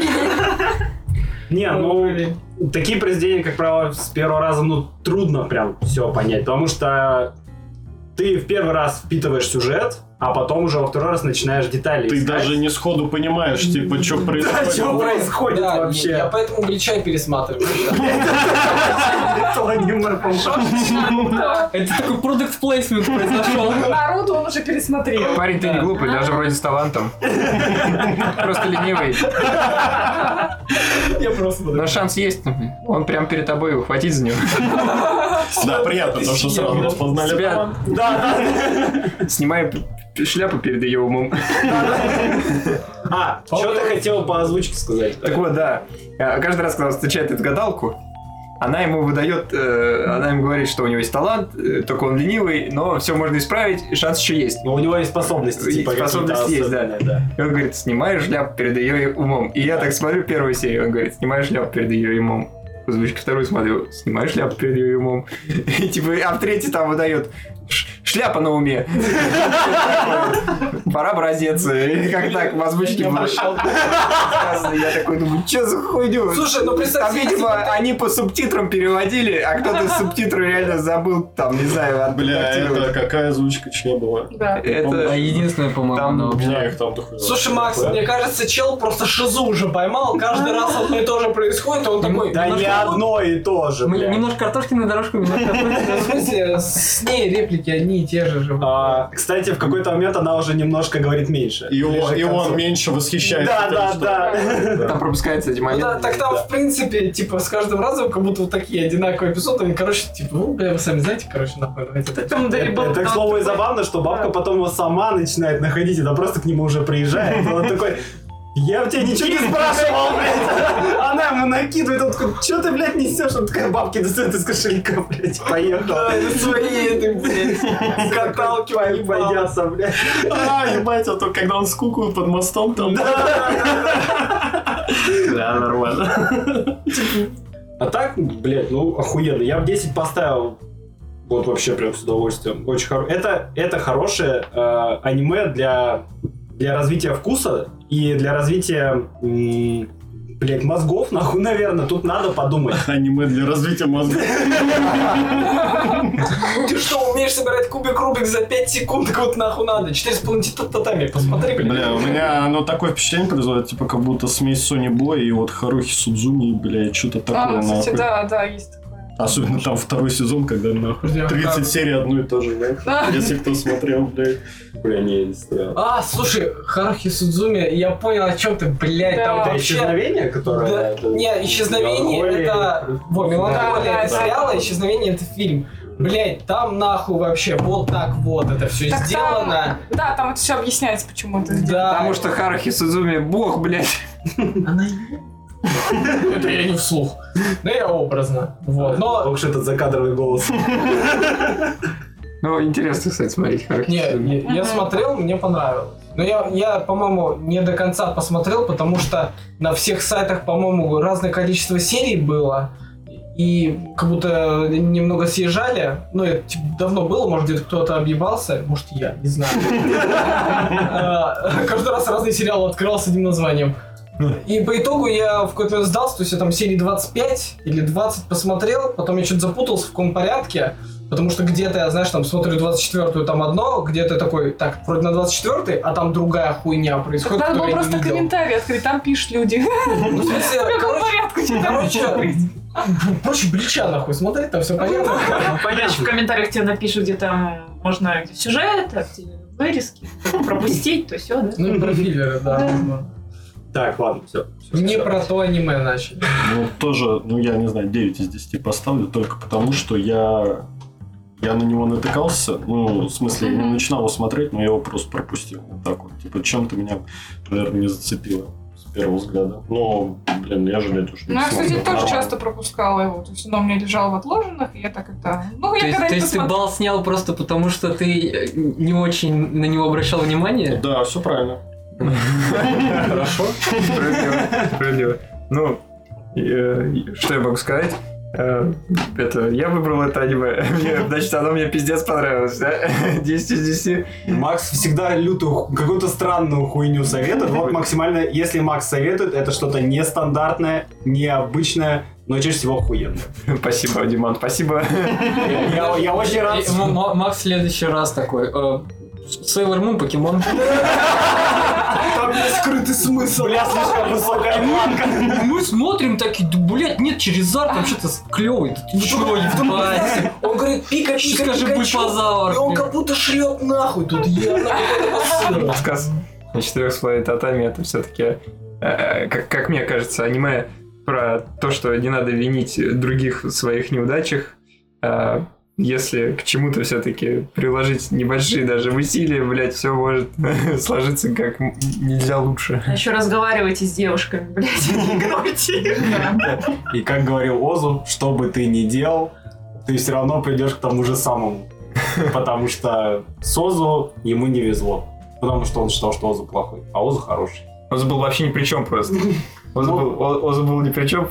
Не, ну, такие произведения, как правило, с первого раза, ну, трудно прям все понять, потому что ты в первый раз впитываешь сюжет, а потом уже во второй раз начинаешь детали
Ты даже не сходу понимаешь, типа, что
Да, что
происходит.
происходит
Да,
вообще?
Я поэтому Гречай пересматриваю.
Это аниме, по-моему.
Это такой продукт плейсмент произошел.
Наруто он уже пересмотрел.
Парень, ты не глупый, даже вроде с талантом. Просто ленивый.
Я просто
Но шанс есть. Он прям перед тобой, ухватить за него.
Да, приятно, потому что сразу распознали.
Тебя
Да,
снимай п- п- шляпу перед ее умом.
да. А, что ты хотел по озвучке сказать?
Так вот, да. А, Каждый раз, когда он встречает эту гадалку, она ему выдает, э, она ему говорит, что у него есть талант, э, только он ленивый, но все можно исправить, и шанс еще есть.
Но Ну, у него есть способности,
И
типа,
способность
какие-то
есть, да.
особенные, да.
И он говорит, снимай шляпу перед ее умом. И я так смотрю первую серию, он говорит, снимай шляпу перед ее умом. В озвучке вторую смотрю, снимай шляпу перед ее умом. И типа, а в третьей там выдает, «Ш- шляпа на уме. Пора бразеться. И как так в озвучке было сказано, я такой думаю, что за хуйню?
Слушай, ну представь
Там,
себе, если
видимо,
бы
они по субтитрам переводили, а кто-то субтитры реально забыл, там, не знаю, от-
Бля,
активировать.
это какая озвучка, чья была?
Да.
А
Это...
единственное,
Там
по-моему,
У
оно-
меня их там дохуя.
Слушай, Макс, мне кажется, чел просто шизу уже поймал. Каждый раз одно и то же происходит, и он такой...
Да
«Ну
не
что?»
одно и то же,
Мы-
блядь.
Немножко картошки на дорожку, немножко картошки.
В смысле, с ней реплики одни и те же же.
А, Кстати, в какой-то момент она уже немножко говорит меньше.
И он,
Ближе к
и он
концу.
меньше восхищается.
Да,
тем,
да,
что-
да.
Там пропускаются эти моменты.
Да, так там, в принципе, типа, с каждым разом как будто вот такие одинаковые эпизоды, они, короче, типа, ну, бля, вы сами знаете, короче, нахуй, давайте.
Там да и был
Это, к
там
слову, и
такой-
забавно, что бабка потом его сама начинает находить, она просто к нему уже приезжает, и он такой... Я у тебя ничего не спрашивал, блядь! Она ему накидывает, он такой, что ты, блядь, несешь? Он такая, бабки достает из кошелька, блядь, поехал.
Свои этой, блядь, каталки
Твои
поебал.
боятся, блядь.
А, ебать, а то когда он скукал под мостом там... Да, нормально.
А так, блядь, ну, охуенно. Я бы 10 поставил вот вообще прям с удовольствием. Очень хоро... это, это хорошее э, аниме для, для развития вкуса и для развития, м, блядь, мозгов, нахуй, наверное. Тут надо подумать.
Аниме для развития мозга.
Ты что, умеешь собирать кубик Рубик за 5 секунд? Так вот нахуй надо. Четыре с половиной тат- татами, посмотри, блин.
Бля, у меня оно такое впечатление производит, типа как будто смесь Сони Боя и вот Харухи Судзуми, бля, что-то
А,
такое.
кстати,
нахуй.
да, да, есть такое.
Особенно там второй сезон, когда нахуй 30 серий одно и то же, да? Если кто смотрел, блядь. Бля, не, не смотрел.
А, слушай, Харухи Судзуми, я понял, о чем ты, блядь,
Да.
там
Это
вообще...
исчезновение, которое-
Да, не, исчезновение
Меланхолия.
это... Во, меланхолия
Да,
это
да,
сериал,
да.
а исчезновение это фильм. Блять, там нахуй вообще вот так вот это все
Так там-
сделано.
Да, там это все объясняется, почему это сделано.
Потому
что Харухи Судзуми бог, блядь.
Это я не вслух. Да я образно. Вот, но...
Вообще этот закадровый голос.
Ну, интересно, кстати, смотреть Харухи
Не,
Судзуми.
не, я смотрел, мне понравилось. Но я, я, по-моему, не до конца посмотрел, потому что на всех сайтах, по-моему, разное количество серий было. И как будто немного съезжали. Ну, это типа, давно было, может, где-то кто-то объебался. Может, я, не знаю. Э, Каждый раз разный сериал открывал с одним названием. И по итогу я в какой-то момент сдался, то есть я там серии 25 или 20 посмотрел, потом я что-то запутался в каком порядке, потому что где-то я, знаешь, там смотрю 24-ю, там одно, где-то такой, так, вроде на 24-й, а там другая хуйня происходит,
Надо было
которую я не
просто
видел.
комментарий открыть, там пишут люди.
Ну, в смысле,
В каком
короче,
порядке читать?
Короче, ну, проще Брича нахуй смотреть, там все понятно.
Знаешь, В комментариях тебе напишут, где там можно сюжет, а где вырезки, как пропустить, то все, да?
Ну, про филлеры, да.
Так, ладно, все.
Не про то аниме начали.
Ну, тоже, ну, я не знаю, 9 из 10 поставлю, только потому, что я... Я на него натыкался, ну, в смысле, я не начинал его смотреть, но я его просто пропустил. Вот так вот. Типа, чем-то меня, наверное, не зацепило с первого взгляда. Но, блин, я жалею, что
Ну, я, кстати,
смотрел.
тоже
Нормально.
часто пропускала его. То есть оно у меня лежало в отложенных, и я так это... Ну,
То
я
есть, то
когда-нибудь
есть ты
посмотрю.
бал снял просто потому, что ты э, не очень на него обращал внимание?
Да, все правильно.
Хорошо. Справедливо. Справедливо. Ну, э, что я могу сказать? Э, Это, я выбрал это аниме. Мне, значит, оно мне пиздец понравилось, да? 10 из 10.
Макс всегда лютую, ху- какую-то странную хуйню советует. Вот максимально, если Макс советует, это что-то нестандартное, необычное, но чаще всего охуенное.
Спасибо, Диман, спасибо.
Я, я очень рад.
И М- М- Макс в следующий раз такой. Сейлор Мун, покемон.
Там есть скрытый смысл. Бля, слишком высокая планка.
Мы смотрим такие, да, блядь, нет, через арт там что-то клевый. Да ты чё, ебать?
Он говорит, пика,
Что
пика,
скажи,
Пикачу»,
бульпазавр,
И он
блин.
как будто шлет нахуй тут. Я нахуй посыл.
Рассказ на четырех с половиной татами это все-таки, как, как мне кажется, аниме про то, что не надо винить других в своих неудачах. Э, если к чему-то все-таки приложить небольшие даже усилия, блядь, все может сложиться как м- нельзя лучше.
А еще разговаривайте с девушками, блядь, не играйте.
И как говорил Озу, что бы ты ни делал, ты все равно придешь к тому же самому. Потому что с Озу ему не везло. Потому что он считал, что Озу плохой, а Озу хороший.
Озу был вообще ни при чем просто. Озу
Ну.
был, О- Озу был ни при чем.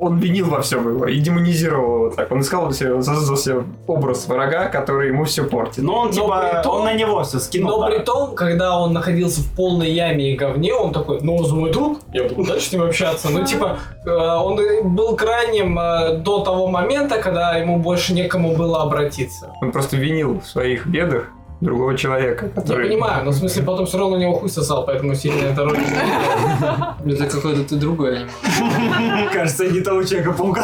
Он винил во всем его и демонизировал его так. Он искал себе, он создал себе образ врага, который ему все портит.
Но он типа, он на него все скинул.
Но
да.
при том, когда он находился в полной яме и говне, он такой, ну, за мой друг, я буду дальше с ним общаться. Ну, типа, э, он и был крайним э, до того момента, когда ему больше некому было обратиться.
Он просто винил в своих бедах другого человека,
Я
который...
понимаю, но в смысле потом все равно на него хуй сосал, поэтому сильно это роль. не играет.
Это какое-то ты другое.
Кажется, я не того человека паука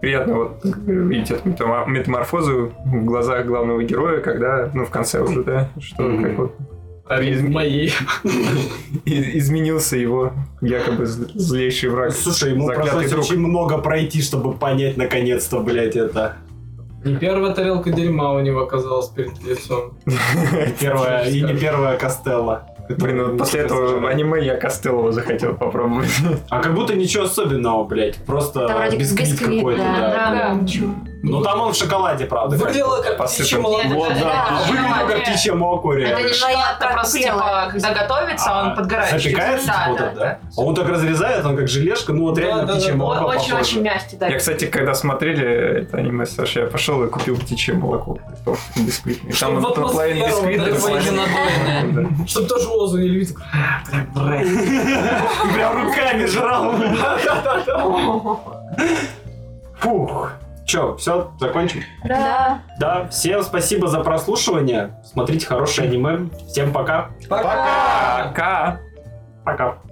Приятно вот как бы, видеть эту метама- метаморфозу в глазах главного героя, когда, ну, в конце уже, да, что как вот...
моей.
Изменился его якобы з- злейший враг.
Слушай, ему
заклятый
пришлось
друг.
Ну, очень много пройти, чтобы понять наконец-то, блядь, это.
Не первая тарелка дерьма у него оказалась перед лицом.
И первая, и не первая Костелла.
Блин, вот Ну, после этого аниме я Костелова захотел попробовать.
А как будто ничего особенного, блядь. Просто
Да, вроде
бисквит,
бисквит,
какой-то,
да,
да.
да, да.
Ну там он в шоколаде, правда.
Выглядело как
Посыпан.
птичье молоко.
Вот, да.
Да,
Выглядело как
шоколаде.
птичье молоко,
Это
реально.
не шоколадно, просто типа, когда готовится,
А,
он подгорает.
Запекается,
Да,
типа вот
да,
это, да? А он так разрезает, он как желешка, ну вот реально
да,
птичье
да.
молоко
Очень-очень
похоже.
мягкий, да.
Я, кстати, когда смотрели это аниме, Саша, я пошел и купил птичье молоко. Бисквитное. Там
Чтобы в
половина
атмосферу,
бисквита.
да, типа,
половина-
Единодойное.
Да.
Чтоб тоже Озу не любить. «А, Прям бред.
И Прям руками жрал. Фух. Че, все, закончим?
Да.
Да, всем спасибо за прослушивание. Смотрите хорошее аниме. Всем пока.
Пока!
Пока!
Пока.